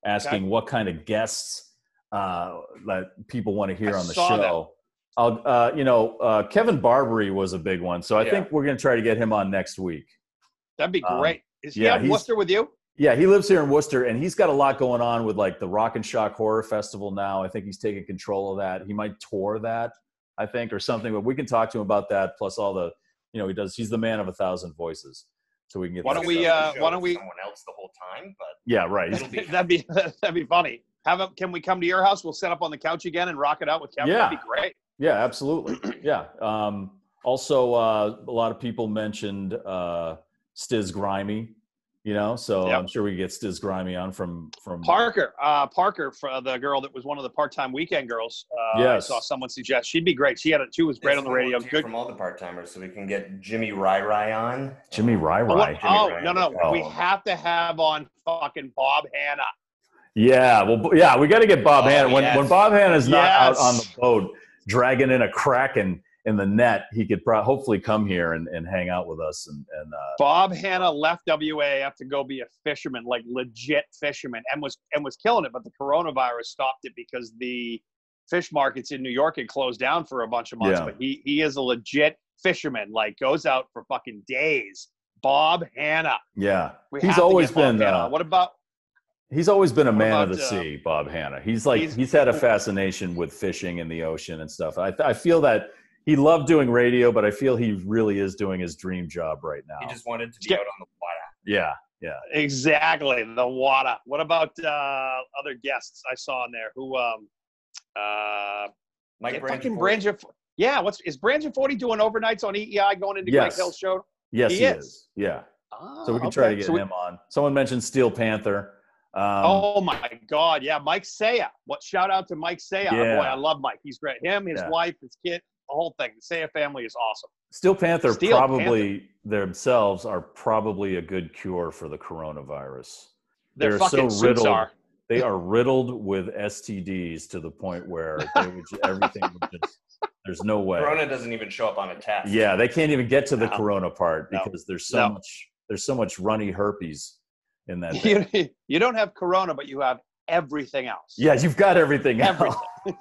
F: asking what kind of guests uh, that people want to hear
G: I
F: on the
G: saw that.
F: show. I'll, uh, you know, uh, Kevin Barbary was a big one, so I
G: Yeah.
F: think we're going to try to get him on next week.
G: That'd be
F: Um,
G: great. Is he
F: yeah,
G: out in
F: he's-
G: Worcester with
F: [LAUGHS]
G: you? [LAUGHS]
F: Yeah, he lives here in Worcester, and he's got a lot going on with like the Rock and Shock Horror Festival now. I think he's taking control of that. He might tour that, I think, or something. But we can talk to him about that. Plus, all the, you know, he does. He's the man of a thousand voices, so we can get.
G: Why
F: that
G: don't we,
F: stuff.
G: uh,
E: Show
G: why don't we-
E: Someone else the whole time, but
F: yeah, right.
E: it'll be.
G: that'd be [LAUGHS] that'd be funny. Have him, can we come to your house? We'll set up on the couch again and rock it out with Kevin. That'd
F: Yeah.
G: be great.
F: Yeah, absolutely. yeah. Um, also, uh, a lot of people mentioned uh, Stiz Grimy You know, so
G: Yep.
F: I'm sure we get Stiz Grimy on from from
G: Parker, uh, Parker, for the girl that was one of the part-time weekend girls. Uh,
F: Yes.
G: I saw someone suggest she'd be great. She had a, she was
E: It's
G: great on the
E: full
G: radio.
E: of tape
G: Good.
E: from all the part timers, so we can get Jimmy Rai Rai on.
F: Jimmy Rai
G: Oh,
F: Rai.
G: oh,
E: Jimmy Ryan.
G: no, no,
F: Oh.
G: we have to have on fucking Bob Hanna.
F: Yeah, well, b- yeah, we got to get Bob
E: Oh,
F: Hanna. When,
E: yes.
F: when Bob Hanna's not out
G: Yes.
F: on the boat dragging in a crack in, in the net, he could pro- hopefully come here and, and hang out with us. And, and uh,
G: Bob Hanna left WAF to go be a fisherman, like legit fisherman, and was and was killing it. But the coronavirus stopped it because the fish markets in New York had closed down for a bunch of months.
F: Yeah.
G: But he he is a legit fisherman, like goes out for fucking days. Bob Hanna.
F: yeah,
G: We have
F: he's
G: to
F: always
G: get Bob
F: been
G: Hanna.
F: uh,
G: what about
F: he's always been a
G: what
F: man of
G: about,
F: the
G: uh,
F: sea, Bob Hanna. He's like he's,
G: he's-
F: had a fascination with fishing in the ocean and stuff. I, I feel that he loved doing radio, but I feel he really is doing his dream job right now.
E: He just wanted to be
G: Yeah.
E: out on the water.
F: yeah,
G: Exactly, the water. What about uh, other guests I saw in there? Who, um, uh,
E: Mike
G: yeah,
E: Brandon
G: fucking
E: Ford.
G: Branger. Yeah, what's is Branger Forty doing overnights on EEI going into
F: Yes.
G: Greg Hill's show?
F: yes, he,
G: He
F: is.
G: is.
F: Yeah,
G: Ah,
F: so we can try to
G: okay.
F: get
G: So we-
F: him on. Someone mentioned Steel Panther. Um,
G: oh my God! Yeah, Mike Saya. What shout out to Mike Saya?
F: Yeah.
G: Boy, I love Mike. He's great. Him, his
F: Yeah.
G: wife, his kid, the whole thing. The Saya family is awesome.
F: Steel Panther
G: Steel
F: probably themselves are probably a good cure for the coronavirus.
G: Their
F: They're so
G: fucking suits
F: riddled.
G: are.
F: They are riddled with STDs to the point where they would, ju- everything would just, there's no way.
E: Corona doesn't even show up on a test.
F: Yeah, they can't even get to the
G: No.
F: corona part
G: No.
F: because there's so
G: No.
F: much there's so much runny herpes in
G: [LAUGHS]
F: that. thing.
G: You, you don't have Corona, but you have everything else.
F: yeah, you've got everything. out.
G: Everything.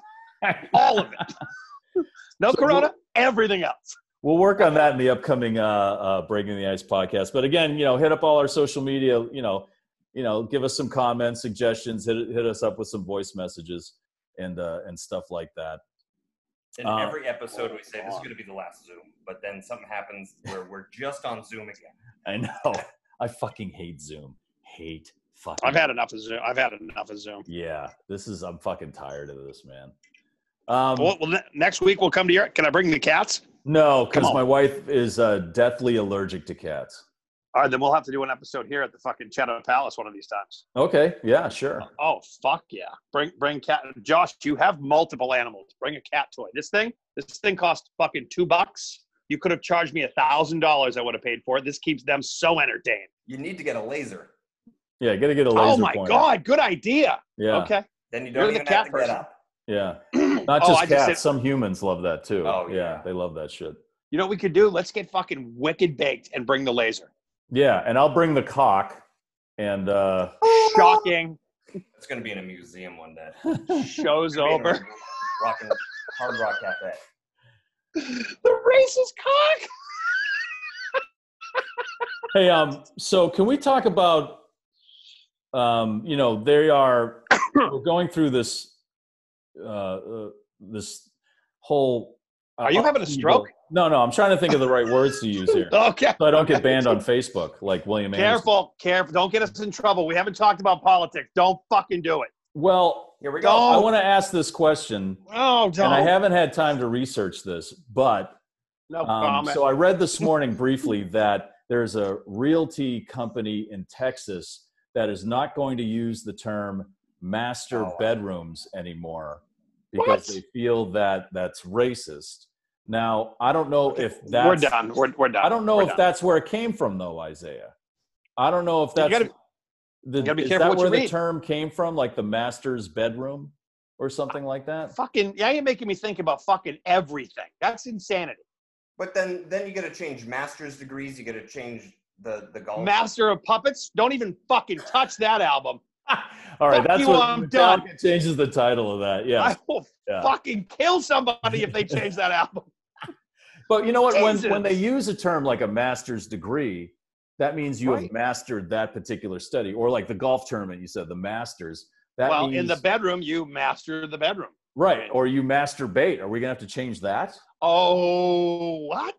G: all of it. No
F: [LAUGHS] So
G: Corona, everything else.
F: We'll work on that in the upcoming uh, uh, Breaking the Ice podcast. But again, you know, hit up all our social media. You know, you know, give us some comments, suggestions. Hit hit us up with some voice messages and uh, and stuff like that.
E: In
F: Uh,
E: every episode, we say this is
G: God.
E: going to be the last Zoom, but then something happens where we're just on Zoom again.
F: I know. [LAUGHS] I fucking hate Zoom. Hate fucking.
G: I've had enough of Zoom. I've had enough of Zoom.
F: Yeah, this is. I'm fucking tired of this, man. Um,
G: Well, well, ne- next week we'll come to your. Can I bring the cats?
F: no,
G: come
F: because
G: on.
F: my wife is uh, deathly allergic to cats.
G: All right, then we'll have to do an episode here at the fucking Cheddar Palace one of these times.
F: Okay. Yeah. Sure.
G: Oh fuck yeah! Bring bring cat. Josh, you have multiple animals. Bring a cat toy. This thing, this thing cost fucking two bucks. You could have charged me a thousand dollars. I would have paid for it. This keeps them so entertained.
E: You need to get a laser.
F: Yeah. Gotta get a laser
G: Oh my
F: pointer.
G: god, good idea.
F: Yeah.
G: Okay. [CLEARS THROAT]
E: Then you
G: You're
E: don't
G: the
E: even have
G: cat
E: to
G: person.
E: get up.
F: Yeah. Not
G: Not
F: just
G: Oh, I
F: cats.
G: Just said,
F: Some humans love that too.
E: Oh,
F: yeah.
E: yeah.
F: they love that shit.
G: you know what we could do? Let's get fucking wicked baked and bring the
F: [LAUGHS]
G: laser.
F: Yeah, and I'll bring the cock,
G: [LAUGHS]
F: and uh,
G: Shocking.
E: It's going to be in a museum one
G: [LAUGHS]
E: day.
G: Show's
E: It's gonna be in a
G: over. [LAUGHS]
E: Rockin' Hard Rock Cafe.
G: the racist cock.
F: hey, um, so can we talk about, um, you know, they are [COUGHS] we're going through this, uh, uh this whole. Uh,
G: Are you having a
F: upheaval.
G: stroke?
F: No, no, I'm trying to think of the right words to use
G: [LAUGHS]
F: here,
G: Okay.
F: so I don't
G: [LAUGHS]
F: get banned on Facebook like William. Anderson.
G: Careful, careful. Don't get us in trouble. We haven't talked about politics. Don't fucking do it.
F: Well,
E: Here we go.
G: Don't.
F: I want to ask this question,
G: Oh, don't.
F: and I haven't had time to research this, but
G: no
F: Um,
G: comment.
F: so I
G: [LAUGHS]
F: read this morning briefly that there's a realty company in Texas that is not going to use the term master
E: Oh.
F: bedrooms anymore because
G: What?
F: they feel that that's racist. Now, I don't know if that's
G: we're done. We're, we're done.
F: I don't know
G: We're
F: if
G: done.
F: that's where it came from though, Isaiah. I don't know if
G: You
F: that's
G: gotta-
F: the,
G: you gotta be
F: is
G: careful
F: that
G: what you
F: where the
G: read.
F: term came from, like the master's bedroom or something like that.
G: Fucking, yeah, you're making me think about fucking everything. That's insanity.
E: But then, then you got to change master's degrees. You got to change the the
G: Oh.
E: golf.
G: Master of Puppets, don't even fucking touch that album.
F: All right,
G: Fuck
F: that's
G: you,
F: what
G: I'm
F: Metallica
G: done.
F: changes the title of that. Yeah.
G: I will
F: yeah.
G: fucking kill somebody [LAUGHS] if they change that album.
F: But you know what? When,
G: Jesus.
F: when they use a term like a master's degree, that means you have
G: Right.
F: mastered that particular study, or like the golf tournament you said, the masters. That
G: well, in
F: means-
G: the bedroom, you master the bedroom.
F: right, or you masturbate. Are we gonna have to change that?
G: Oh, what?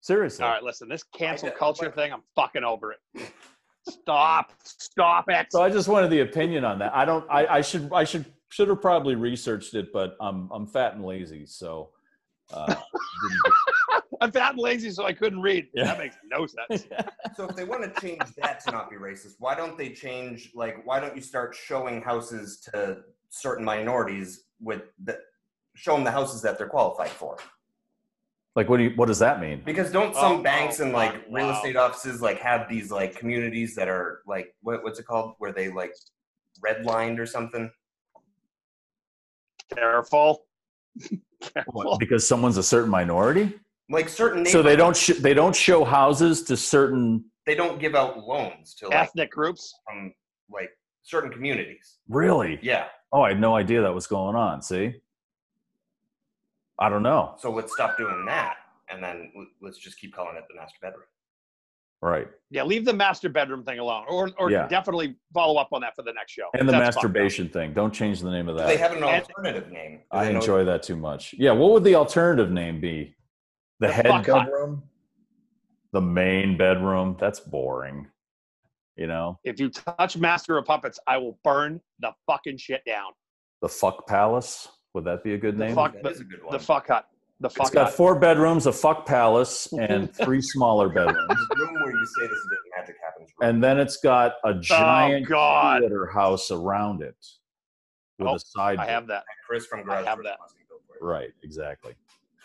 F: Seriously?
G: All right, listen, this cancel
E: I don't-
G: culture thing, I'm fucking over it. [LAUGHS] Stop. Stop it.
F: So I just wanted the opinion on that. I don't. I, I should. I should. Should have probably researched it, but I'm I'm fat and lazy, so uh, didn't do-
G: I'm fat and lazy, so I couldn't read.
F: Yeah.
G: That makes no sense. [LAUGHS]
E: So if they want to change that to not be racist, why don't they change like why don't you start showing houses to certain minorities with the show them the houses that they're qualified for?
F: Like, what do you? What does that mean?
E: Because don't some
G: Oh,
E: banks and like
G: wow,
E: real
G: wow.
E: estate offices like have these like communities that are like what, what's it called where they like redlined or something?
G: [LAUGHS] Careful.
F: What, because someone's a certain minority,
E: Like certain
F: so they
E: neighborhoods,
F: don't sh- they don't show houses to certain.
E: they don't give out loans to like
G: Ethnic groups.
E: from like certain communities.
F: Really?
E: Yeah,
F: Oh, I had no idea that was going on. See, I don't know.
E: so let's stop doing that, and then l- let's just keep calling it the master bedroom.
F: Right.
G: Yeah, leave the master bedroom thing alone, or or
F: Yeah.
G: definitely follow up on that for the next show.
F: And the
G: That's fucked up.
F: masturbation thing. Don't change the name of
E: Do they
F: that.
E: have an
G: And-
E: alternative name? Do
F: I
E: they know-
F: Uh, enjoy that too much. Yeah. What would the alternative name be? The,
G: The
F: head
G: fuck hut.
F: bedroom. The main bedroom. That's boring. You know,
G: If you touch Master of Puppets, I will burn the fucking shit down.
F: the fuck palace. Would that be a good name?
G: fuck-
E: That is a good one.
G: The fuck hut. The
F: It's
G: fuck
F: got
G: hut.
F: four bedrooms, a fuck palace,
G: [LAUGHS]
F: and three smaller bedrooms.
E: The room where you say this is where magic happens. room.
F: And then it's got a giant
G: Oh, God.
F: theater house around it with
G: Oh,
F: a side.
G: I have that.
E: Chris from Garage
G: have
E: Door
G: that.
E: wants me to go for it.
F: Right, exactly.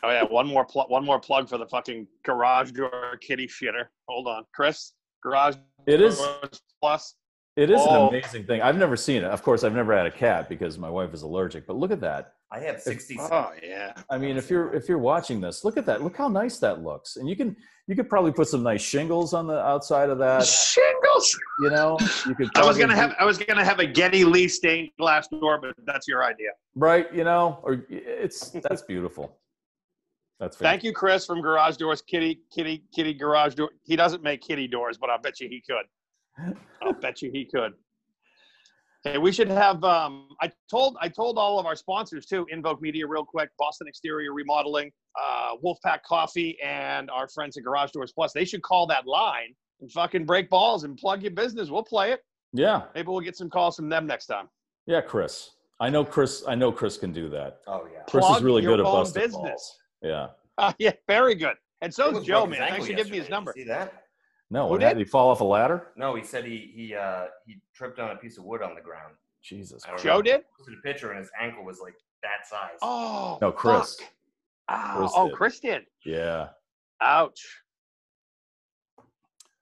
G: Oh yeah, one more plug. One more plug for the fucking garage door kitty shitter. Hold on, Chris. Garage.
F: It is
G: Doors plus.
F: it is
G: Oh.
F: an amazing thing. I've never seen it. Of course, I've never had a cat because my wife is allergic. But look at that.
E: I have sixty.
G: Oh yeah.
F: I mean, if you're if you're watching this, look at that. Look how nice that looks. And you can you could probably put some nice shingles on the outside of that.
G: Shingles. [LAUGHS]
F: You know, you could.
G: I was gonna
F: probably-
G: have I was gonna have a Getty Lee stained glass door, but that's your idea.
F: right. You know, or it's that's beautiful. That's fantastic.
G: Thank you, Chris, from Garage Doors Kitty Kitty Kitty Garage Door. He doesn't make kitty doors, but I bet you he could. I'll bet you he could. Hey, we should have. Um, I told I told all of our sponsors too. Invoke Media, real quick. Boston Exterior Remodeling, uh, Wolfpack Coffee, and our friends at Garage Doors Plus. They should call that line and fucking break balls and plug your business. We'll play it.
F: Yeah,
G: Maybe we'll get some calls from them next time. [LAUGHS]
F: yeah, Chris. I know Chris. I know Chris can do that.
E: Oh yeah.
F: Chris
G: Plug
F: is really
G: your
F: good at
G: own
F: busting
G: business.
F: balls. Yeah.
G: Uh, yeah, very good.
E: He
G: And so
E: was
G: is Joe,
E: broke his
G: man. Thanks
E: ankle
G: for giving me his
E: yesterday.
G: number.
E: Did you See that?
F: No,
G: Who
F: what happened?
G: did?
F: He fall off a ladder?
E: No, he said he he uh he tripped on a piece of wood on the ground.
F: Jesus.
E: I don't
G: Joe
E: know.
G: did.
E: Posted a picture and his ankle was like that size.
G: Oh
F: No, Chris.
G: fuck. Ow.
F: Chris
G: oh,
F: did.
G: Chris did.
F: Yeah.
G: Ouch.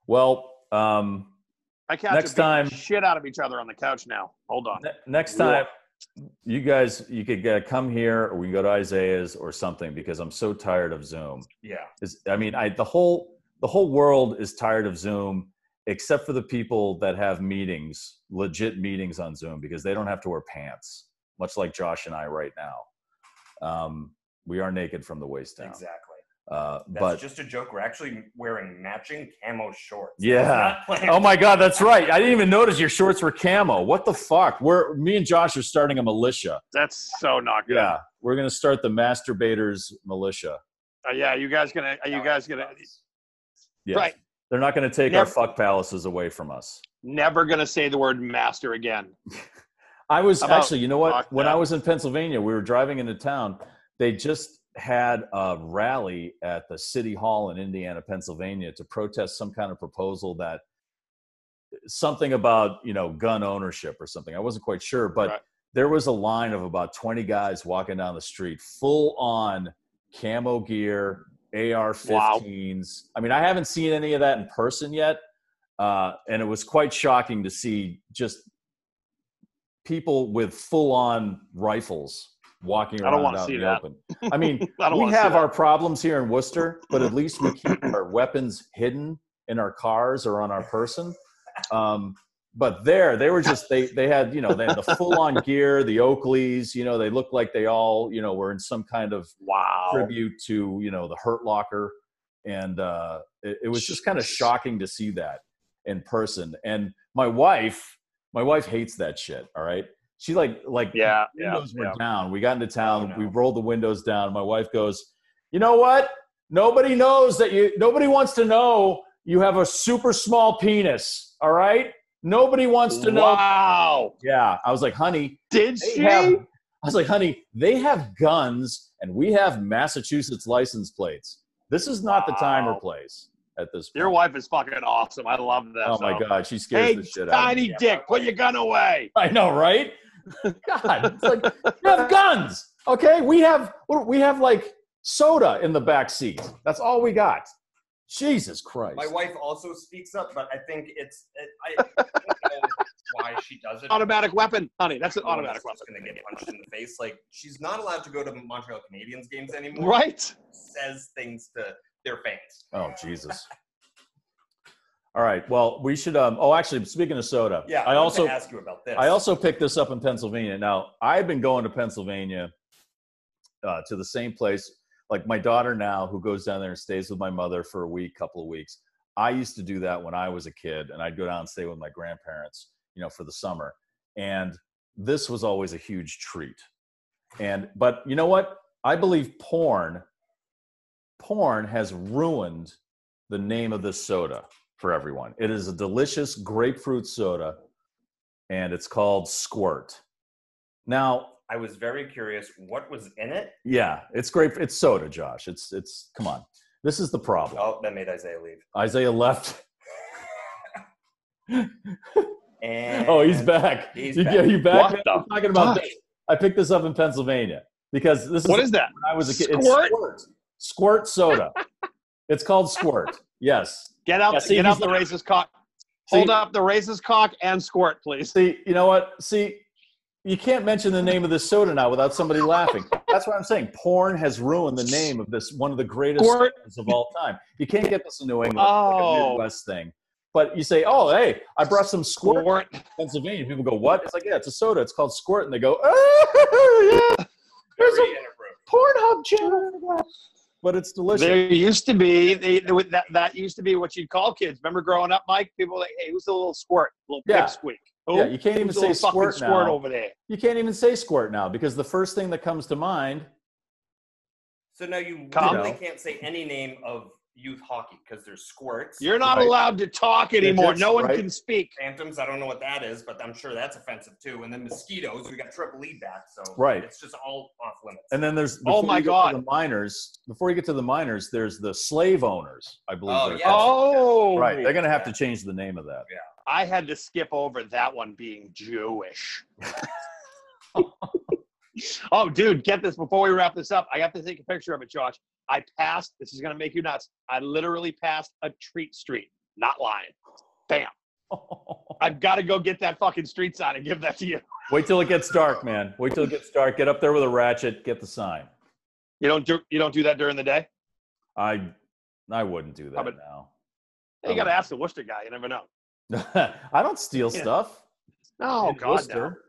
F: Well, um,
G: My couch
F: Next
G: are beating
F: time-
G: the shit out of each other on the couch now. Hold on.
F: ne- next time you guys, you could uh, come here or we can go to Isaiah's or something because I'm so tired of Zoom.
E: Yeah.
F: Is I mean, I the whole the whole world is tired of Zoom except for the people that have meetings, legit meetings on Zoom because they don't have to wear pants, much like Josh and I right now. Um, we are naked from the waist down.
E: Exactly.
F: Uh,
E: That's
F: but
E: just a joke. We're actually wearing matching camo shorts.
F: Yeah.
E: Not playing-
F: Oh my God, that's right. I didn't even notice your shorts were camo. What the fuck? We're me and Josh are starting a militia.
G: That's so not good.
F: Yeah, we're gonna start the masturbators militia.
G: Uh, yeah. You guys gonna? Are you guys gonna?
F: Yes.
G: Right.
F: They're not gonna take our
G: Never-
F: fuck palaces away from us.
G: Never gonna say the word master again.
F: I was
G: How about-
F: actually, you know what?
G: Fuck
F: When
G: that.
F: I was in Pennsylvania, we were driving into town. They just had a rally at the city hall in Indiana, Pennsylvania, to protest some kind of proposal that something about you know gun ownership or something. I wasn't quite sure, but
G: Right.
F: there was a line of about twenty guys walking down the street, full on camo gear, AR-15s. I mean, I haven't seen any of that in person yet, uh, and it was quite shocking to see just people with full-on rifles walking
G: I
F: around
G: don't wanna
F: out
G: see
F: in
G: that.
F: the open. I mean,
G: [LAUGHS] I don't
F: we
G: wanna see
F: have
G: that.
F: our problems here in Worcester, but at least
G: [CLEARS THROAT]
F: we keep our weapons hidden in our cars or on our person. Um, but there, they were just they they had you know they had the
G: [LAUGHS]
F: full-on gear, the Oakleys. You know, they looked like they all you know were in some kind of
G: Wow.
F: tribute to you know the Hurt Locker, and uh, it, it was just kind of shocking to see that in person. And my wife, my wife hates that shit. All right, she like like
G: Yeah. Yeah.
F: windows were
G: yeah.
F: down. We got into town.
E: Oh, no.
F: We rolled the windows down. My wife goes, "You know what? Nobody knows that you. Nobody wants to know you have a super small penis. All right. Nobody wants to know.
G: Wow.
F: Yeah. I was like, honey,
G: Did
F: they
G: she?
F: have. I was like, honey, they have guns and we have Massachusetts license plates. This is not the time or place at this point.
G: Your wife is fucking awesome. I love that.
F: oh my
G: so.
F: god, she scares
G: Hey,
F: the shit out of me.
G: tiny dick, put your gun away.
F: I know, right? God, it's like you have guns. Okay, we have what- we have like soda in the back seat. That's all we got. Jesus
E: [LAUGHS]
F: Christ.
E: My wife also speaks up, but I think it's it, I I
G: [LAUGHS]
E: don't know why she does it.
G: Automatic weapon, honey. That's an
F: Oh,
E: No one's
G: automatic
E: just gonna get punched in the face. Like she's not allowed to go to Montreal Canadiens games
G: weapon.
E: anymore.
G: Right?
E: Says things to their fans.
F: Oh Jesus. All right. Well, we should. Um, oh, actually, speaking of soda,
E: Yeah,
F: I
E: wanted
F: also
E: to ask you about this.
F: I also picked this up in Pennsylvania. Now, I've been going to Pennsylvania uh, to the same place. Like my daughter now, who goes down there and stays with my mother for a week, couple of weeks. I used to do that when I was a kid, and I'd go down and stay with my grandparents, you know, for the summer. And this was always a huge treat. And but you know what? I believe porn, porn has ruined the name of this soda for everyone. It is a delicious grapefruit soda and it's called Squirt. Now,
E: I was very curious what was in it.
F: yeah, it's grape. It's soda, Josh. It's it's. Come on, this is the problem.
E: Oh, that made Isaiah leave.
F: Isaiah left.
E: And
F: [LAUGHS] Oh, he's back.
E: He's
F: you,
E: back.
F: yeah, you back?
G: What
F: man?
G: the
F: We're talking about
G: fuck?
F: this. I picked this up in Pennsylvania because this
G: What
F: is
G: is that?
F: when I was a kid. It's
G: Squirt?
F: squirt.
G: [LAUGHS]
F: Squirt soda. it's called Squirt. Yes.
G: Get out,
F: Yeah, see,
G: get
F: he's
G: out the
F: not-
G: racist cock.
F: See-
G: Hold up the racist cock and squirt, please.
F: See, you know what? See, you can't mention the name of this soda now without somebody laughing. That's what I'm saying. Porn has ruined the name of this one of the greatest
G: Squirt.
F: sodas of all time. You can't get this in New England. It's like a
G: Oh.
F: Midwest thing. But you say, "Oh, hey, I brought some squirt from
G: Squirt.
F: Pennsylvania." People go, "What?" It's like, "Yeah, it's a soda. It's called Squirt," and they go, [LAUGHS] "Oh, yeah, there's
E: very
F: a
E: inappropriate.
F: Pornhub channel." for that." But it's delicious.
G: There used to be they, there was- that, that used to be what you'd call kids. Remember growing up, Mike? People were like, hey, who's the little squirt, little
F: Yeah.
G: pipsqueak? Who?
F: yeah, you can't even
G: Who's the
F: say
G: little fucking
F: squirt
G: squirt
F: now.
G: over there?
F: You can't even say squirt now because the first thing that comes to mind
E: So now you
G: Come.
E: literally can't say any name of youth hockey because there's squirts.
G: You're not
F: Right.
G: allowed to talk anymore.
F: just-
G: no one
F: right.
G: can speak.
E: Phantoms, I don't know what that is, but I'm sure that's offensive too. And then mosquitoes, we got triple E back, so
F: Right.
E: it's just all off limits.
F: And then there's
G: Oh
F: before
G: my
F: you get to
G: God.
F: the miners. Before you get to the miners, there's the slave owners. I believe.
E: Oh,
F: they're
E: yeah.
F: called.
G: Oh,
F: right. They're gonna have to change the name of that.
G: I had to skip over that one being
F: [LAUGHS]
G: Jewish. oh, dude, get this. Before we wrap this up, I have to take a picture of it, Josh. I passed, this is going to make you nuts. I literally passed a treat street. Not lying. Bam.
F: [LAUGHS]
G: I've got to go get that fucking street sign and give that to you.
F: Wait till it gets dark, man. Wait till it gets dark. Get up there with a ratchet. Get the sign.
G: You don't do you don't do that during the day?
F: I, I wouldn't do that
G: How about-
F: now.
G: You got to ask the Worcester guy. You never know.
F: [LAUGHS] I don't steal
G: Yeah.
F: stuff.
G: Oh
F: In
G: God, no.
F: Worcester.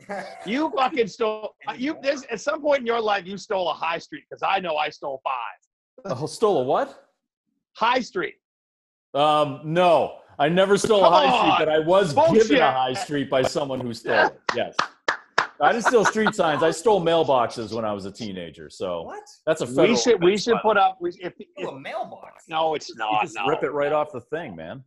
G: You fucking stole. You there's at some point in your life you stole a high street because I know I stole five
F: Oh, stole a what?
G: high street.
F: Um, no, I never stole
G: Come
F: a high
G: on.
F: street, but I was given
G: Bullshit.
F: a high street by someone who stole it. Yes. I didn't steal street signs. I stole mailboxes when I was a teenager. So
E: what?
F: that's a federal
G: We should we
F: offense,
G: should
F: by the
G: put up. We, if,
E: You
G: if
E: a mailbox?
G: no, it's
F: You
G: not.
F: just
G: No.
F: rip it right off the thing, man.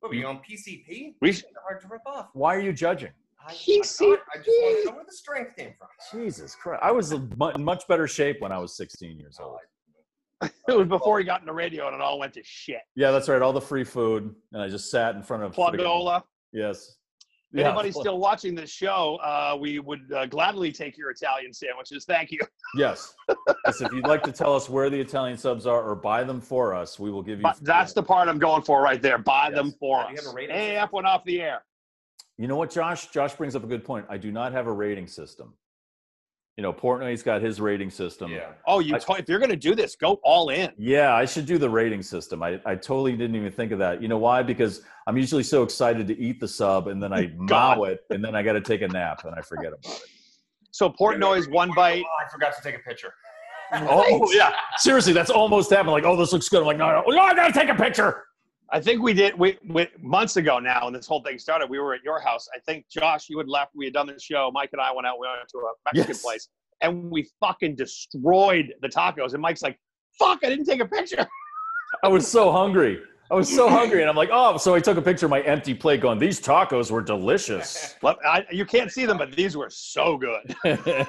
E: What, were you on PCP?
G: We should,
E: Hard to rip off.
F: Why are you judging?
E: I, I
G: PCP.
E: thought- I just want to know where the strength came from.
F: Jesus Christ. I was in mu- in much better shape when I was 16 years old.
G: it was before he got in the radio and it all went to shit.
F: Yeah, that's right. All the free food. And I just sat in front of. friggin-
G: Fondola.
F: Yes. Yeah,
G: Anybody
F: Fla-
G: still watching this show? Uh, we would uh, gladly take your Italian sandwiches. Thank you.
F: [LAUGHS] Yes. yes. If you'd like to tell us where the Italian subs are or buy them for us, we will give you.
G: But
F: free-
G: that's the part I'm going for right there. Buy
F: Yes.
G: them for
E: Uh, do you
G: us.
E: have a rating
G: Hey,
E: system?
G: F one off the air.
F: You know what, Josh? Josh brings up a good point. I do not have a rating system. You know, Portnoy's got his rating system.
E: Yeah.
G: Oh, you.
F: I-
G: to- if you're gonna do this, go all in.
F: Yeah, I should do the rating system. I, I totally didn't even think of that. You know why? Because I'm usually so excited to eat the sub and then I
G: [LAUGHS] God.
F: mow it and then I got to take a nap and I forget about
G: [LAUGHS]
F: it.
G: So Portnoy's one
F: [LAUGHS]
G: bite.
E: Oh, I forgot to take a picture.
F: Oh, yeah. Seriously, that's almost happened. Like, oh, this looks good. I'm like, no, no, no I got to take a picture.
G: I think we did we, we months ago now when this whole thing started. We were at your house. I think Josh, you had left. We had done the show. Mike and I went out. We went to a Mexican
F: Yes.
G: place and we fucking destroyed the tacos. And Mike's like, "Fuck, I didn't take a picture."
F: I was so hungry. I was so hungry. And I'm like, oh, so I took a picture of my empty plate going,
G: [LAUGHS]
F: these tacos were delicious. [LAUGHS]
G: Well, I, you can't see them, but these were so good.
F: All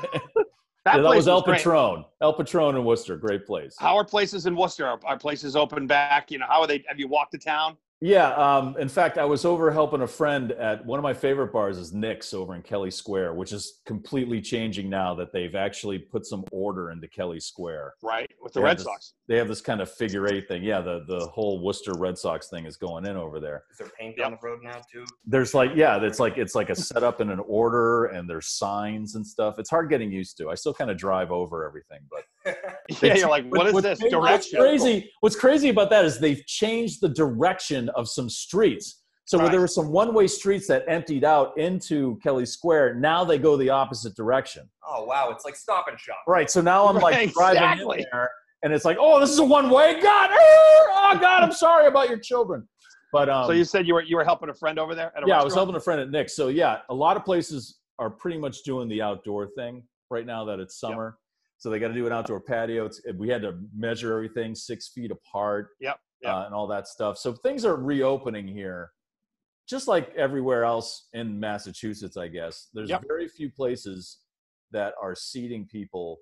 G: That,
F: yeah, that
G: place
F: was El
G: great.
F: Patron. El Patron in Worcester. Great place.
G: How are places in Worcester? Are, are places open back? You know, how are they? Have you walked to town?
F: Yeah. Um, in fact, I was over helping a friend at one of my favorite bars is Nick's over in Kelly Square, which is completely changing now that they've actually put some order into Kelly Square.
G: Right with the
F: Yeah,
G: Red
F: this-
G: Sox. [LAUGHS]
F: They have this kind of figure eight thing. Yeah, the, the whole Worcester Red Sox thing is going in over there.
E: Is there paint
G: Yep.
E: on the road now too?
F: There's like yeah, it's like it's like a setup and an order and there's signs and stuff. It's hard getting used to. I still kind of drive over everything, but
G: Yeah, you're like, what is this
F: crazy-
G: direction?
F: What's crazy, what's crazy about that is they've changed the direction of some streets. So where
G: Right.
F: there were some one-way streets that emptied out into Kelly Square, now they go the opposite direction.
E: Oh wow, it's like Stop and Shop.
F: Right. So now I'm like
G: Right,
F: driving
G: [LAUGHS] exactly.
F: in there, and it's like, oh, this is a one-way. God, er, oh God, I'm sorry about your children. But um,
G: so you said you were you were helping a friend over there at a
F: yeah, I
G: restaurant?
F: was helping a friend at Nick's. So yeah, a lot of places are pretty much doing the outdoor thing right now that it's summer. So they got to do an outdoor patio. It's, we had to measure everything six feet apart.
G: Yep, yep.
F: Uh, and all that stuff. So things are reopening here, just like everywhere else in Massachusetts. I guess there's
G: Yep.
F: very few places that are seating people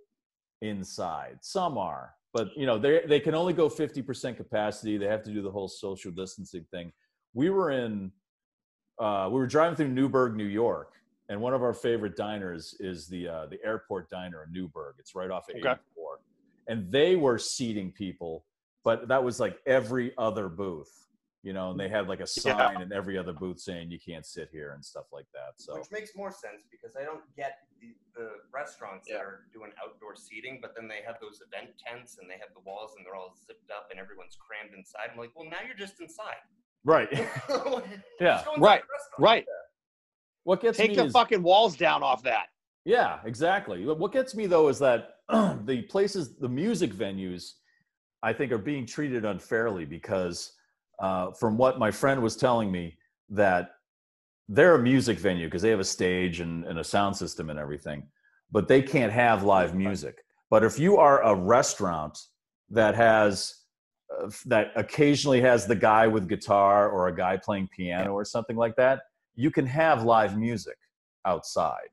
F: inside. Some are, but you know they they can only go fifty percent capacity. They have to do the whole social distancing thing. We were in uh, we were driving through Newburgh, New York, and one of our favorite diners is the uh, the airport diner in Newburgh. It's right off of
G: Okay.
F: 84, and they were seating people, but that was like every other booth, you know, and they had like a sign in every other booth saying you can't sit here and stuff like that. So
E: Which makes more sense because I don't get the, the restaurants that are doing outdoor seating, but then they have those event tents and they have the walls and they're all zipped up and everyone's crammed inside. I'm like, well, now you're just inside. [LAUGHS]
G: [LAUGHS]
F: right,
E: Just go inside
F: yeah.
E: the
G: Right,
E: restaurant.
G: Right.
F: What gets
G: Take
F: me
G: the
F: is-
G: fucking walls down off that.
F: Yeah, exactly. What what gets me though is that [CLEARS THROAT] the places, the music venues, I think are being treated unfairly because, uh, from what my friend was telling me, that they're a music venue because they have a stage and, and a sound system and everything, but they can't have live music. But if you are a restaurant that has uh, f- that occasionally has the guy with guitar or a guy playing piano or something like that, you can have live music outside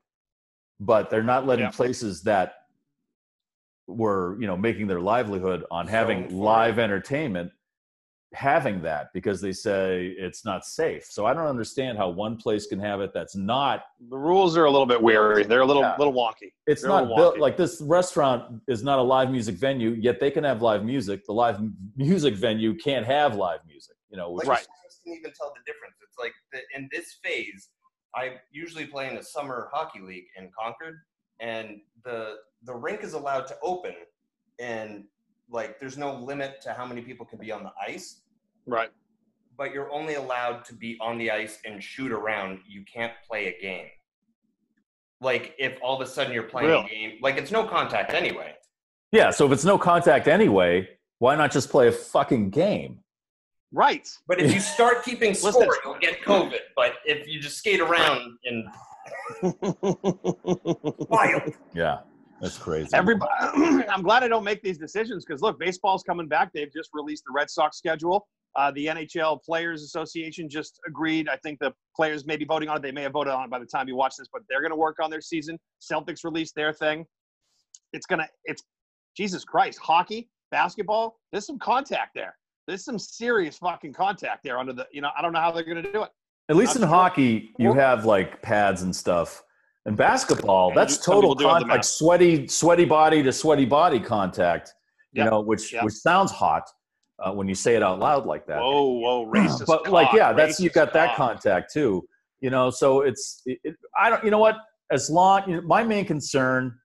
F: but they're not letting
G: Yeah.
F: places that were you know making their livelihood on
E: Zone
F: having
E: for it.
F: live entertainment having that because they say it's not safe so i don't understand how one place can have it that's not
G: The rules are a little bit weary. They're a little
F: Yeah.
G: little wonky.
F: it's
G: They're a
F: not
G: little
F: built
G: wonky.
F: like this restaurant is not a live music venue yet they can have live music the live m- music venue can't have live music you know which
E: Like
F: is-
G: Right.
E: I can even tell the difference. It's like the, in this phase, I usually play in a summer hockey league in Concord, and the the rink is allowed to open, and like there's no limit to how many people can be on the ice,
G: right.
E: but you're only allowed to be on the ice and shoot around. You can't play a game. Like if all of a sudden you're playing
G: Really?
E: a game, like it's no contact anyway.
F: yeah so if it's no contact anyway why not just play a fucking game
G: [LAUGHS] Right.
E: But if you start keeping score,
G: Listen.
E: you'll get COVID. But if you just skate around
G: [LAUGHS]
E: and wild.
F: yeah that's crazy
G: Everybody, [CLEARS THROAT] I'm glad I don't make these decisions because look, baseball's coming back. They've just released the Red Sox schedule. Uh, the NHL Players Association just agreed. I think the players may be voting on it. They may have voted on it by the time you watch this, but they're going to work on their season. Celtics released their thing. It's gonna. It's Jesus Christ. Hockey, basketball. There's some contact there. There's some serious fucking contact there under the. You know, I don't know how they're going to do it.
F: At least in
G: Not sure.
F: hockey, you have like pads and stuff. In basketball,
G: And you-
F: that's
G: some
F: total
G: people do have the
F: contact, like
G: mask.
F: sweaty, sweaty body to sweaty body contact. You
G: Yep.
F: know, which
G: Yep.
F: which sounds hot uh, when you say it out loud like that.
G: Whoa, whoa,
F: [CLEARS THROAT]
G: racist.
F: but like,
G: talk,
F: yeah, that's you
G: racist
F: got that
G: talk.
F: contact too. You know, so it's it, it- I don't. You know what? As long you know, my main concern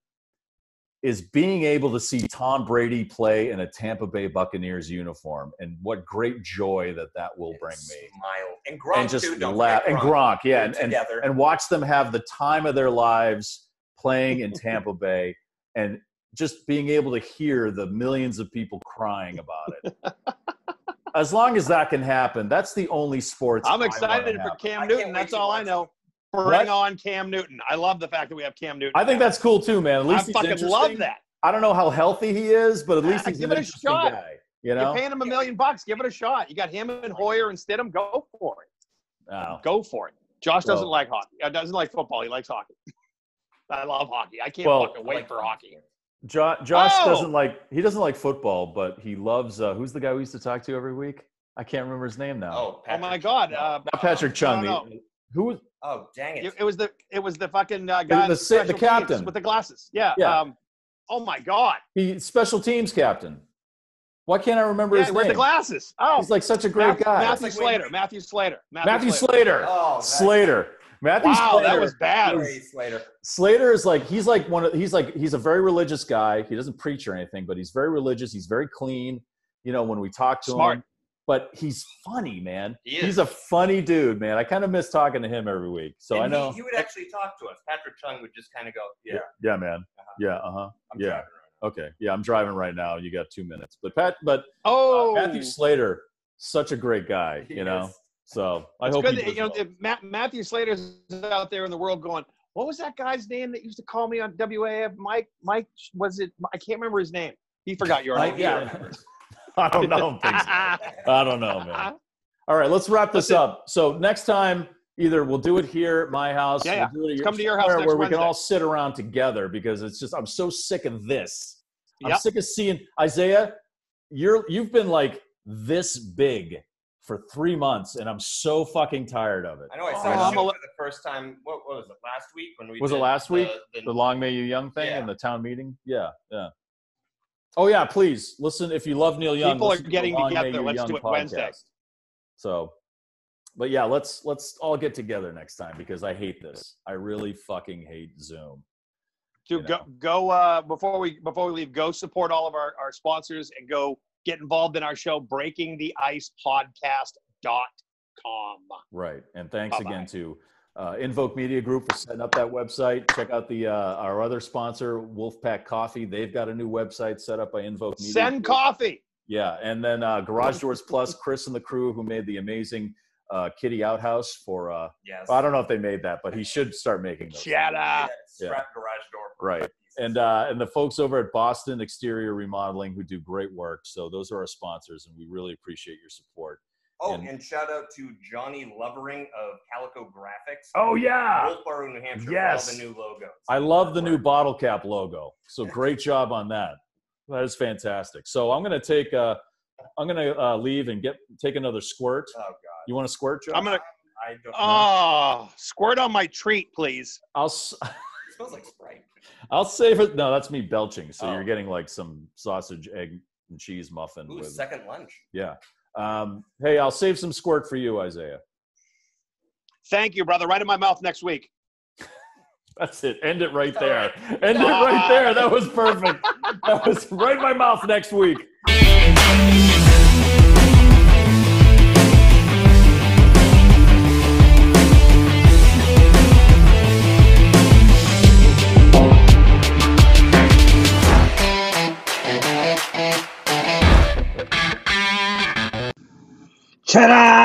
F: is being able to see Tom Brady play in a Tampa Bay Buccaneers uniform, and what great joy that that will bring me
E: Smile and Gronk
F: and just
E: too, don't
F: laugh
E: forget
F: and Gronk, yeah,
E: They're
F: and, and
E: together.
F: and watch them have the time of their lives
G: [LAUGHS]
F: playing in Tampa Bay and just being able to hear the millions of people crying about it.
G: [LAUGHS]
F: as long as that can happen, that's the only sports I
G: I'm
F: wanna
G: excited for
F: have.
E: I
G: Cam
E: can't
G: Newton.
E: wait
G: That's
E: to
G: all I
E: watch
G: know. Bring
F: What?
G: on Cam Newton. I love the fact that we have Cam Newton.
F: I think that's cool too, man. At least
G: I
F: he's
G: fucking love
F: interesting.
G: that.
F: I don't know how healthy he is, but at least
G: Ah,
F: he's
G: give it a
F: an interesting
G: shot.
F: guy. You
G: You're
F: know,
G: paying him a million bucks. Give it a shot. You got him and Hoyer and Stidham. Go for it.
F: Oh.
G: Go for it. Josh doesn't
F: Well-
G: like hockey. [LAUGHS] Uh, doesn't like football. He likes hockey. I love hockey. I can't
F: Well,
G: fucking wait for hockey.
F: Jo- Josh
G: Oh!
F: doesn't like he doesn't like football, but he loves uh, who's the guy we used to talk to every week? I can't remember his name now.
E: Oh,
G: Oh
E: Patrick.
G: my god. Uh,
F: Not Patrick Chung.
G: no,
F: the- uh,
G: no.
F: Who was
E: Oh, dang it.
G: It, it was the it was the fucking uh, guy. on
F: the sa- the
G: special teams
F: captain.
G: with the glasses. Yeah.
F: Yeah.
G: Um, oh my god.
F: he special teams captain? Why can't I remember
G: Yeah,
F: his
G: with
F: name?
G: the glasses. Oh,
F: He's like such a great
G: Matthew,
F: guy.
G: Matthew
E: Like, wait,
G: Slater.
E: wait.
G: Matthew Slater.
F: Matthew Slater.
E: Oh, that-
F: Slater. Matthew
G: Wow,
F: Slater.
G: that was bad.
E: Sorry, Slater.
F: Slater is like he's like one of he's like he's a very religious guy. He doesn't preach or anything, but he's very religious. He's very clean. You know, when we talk to
G: Smart.
F: him, but he's funny, man.
E: He is.
F: He's a funny dude, man. I kind of miss talking to him every week. So
E: And
F: I know.
E: He, he would actually talk to us. Patrick Chung would just kind of go, yeah,
F: yeah, man.
G: Uh-huh.
F: Yeah. Uh huh.
E: I'm
F: Yeah.
E: driving right
F: Okay. Yeah, I'm driving right now. You got two minutes, but Pat, but uh,
G: Oh,
F: Matthew Slater, such a great guy.
E: He
F: You know.
E: is.
F: So I
G: It's
F: hope
G: good
F: he
G: that,
F: does
G: you know
F: well.
G: if Matt, Matthew Slater's out there in the world going. What was that guy's name that used to call me on WAF? Mike. Mike was it? I can't remember his name. He forgot your
F: Mike,
G: name.
F: yeah. [LAUGHS] I don't know. I don't think so. I don't know, man. All right, let's wrap this
G: Listen.
F: up. So next time, either we'll do it here at my house,
G: Yeah, yeah.
F: we'll do it at
G: Come to your house
F: somewhere
G: next
F: where we can
G: Wednesday.
F: all sit around together because it's just I'm so sick of this. I'm
G: Yep.
F: sick of seeing Isaiah. You're you've been like this big for three months, and I'm so fucking tired of it.
E: I know I
G: Oh,
E: saw
G: I'm
E: you
G: a li-
E: for the first time. What, what was it? Last week when we
F: Was it
E: did
F: last
E: the-
F: week?
E: the-
F: The Long May You Young thing
E: Yeah.
F: and the town meeting. Yeah, yeah. Oh yeah, please listen. If you love Neil Young,
G: People are
F: listen to the
G: getting
F: Long May
G: together.
F: You
G: Let's
F: Young
G: do it Wednesday.
F: podcast. So, but yeah, let's let's all get together next time because I hate this. I really fucking hate Zoom.
G: [LAUGHS] Dude,
F: you
G: go go uh, before we before we leave. Go support all of our, our sponsors and go get involved in our show, Breaking the Ice Podcast dot com.
F: Right. And thanks
G: Bye-bye.
F: again to uh, Invoke Media Group for setting up that website. Check out the uh, our other sponsor, Wolfpack Coffee. They've got a new website set up by Invoke Media.
G: Send
F: Group.
G: coffee.
F: Yeah, and then uh, Garage Doors Plus, Chris and the crew who made the amazing uh, Kitty Outhouse for. Uh,
E: Yes.
F: I don't know if they made that, but he should start making those.
G: Shut
E: Yeah,
G: up.
E: scrap garage door.
F: Right. And uh, and the folks over at Boston Exterior Remodeling who do great work. So those are our sponsors, and we really appreciate your support.
E: oh,
F: and-
E: and, shout out to Johnny Lovering of Calico Graphics.
F: Oh yeah,
E: Wolfboro, New Hampshire.
F: Yes.
E: For all the new logos.
F: I love the new bottle cap logo. So great job on that. That is fantastic. So I'm gonna take uh, I'm gonna uh, leave and get take another squirt.
E: Oh god.
F: You want to squirt, Joe?
G: I'm gonna
E: I don't.
G: oh squirt on my treat, please.
F: I'll s-
E: it smells like Sprite.
F: I'll save it. No, that's me belching. So
E: Oh.
F: you're getting like some sausage, egg, and cheese muffin.
E: Ooh,
F: with,
E: second lunch.
F: yeah. Um, hey, I'll save some squirt for you, Isaiah.
G: Thank you, brother. Right in my mouth next week.
F: That's it. End it right there. End it right there. That was perfect. that was right in my mouth next week.
H: Cheddar!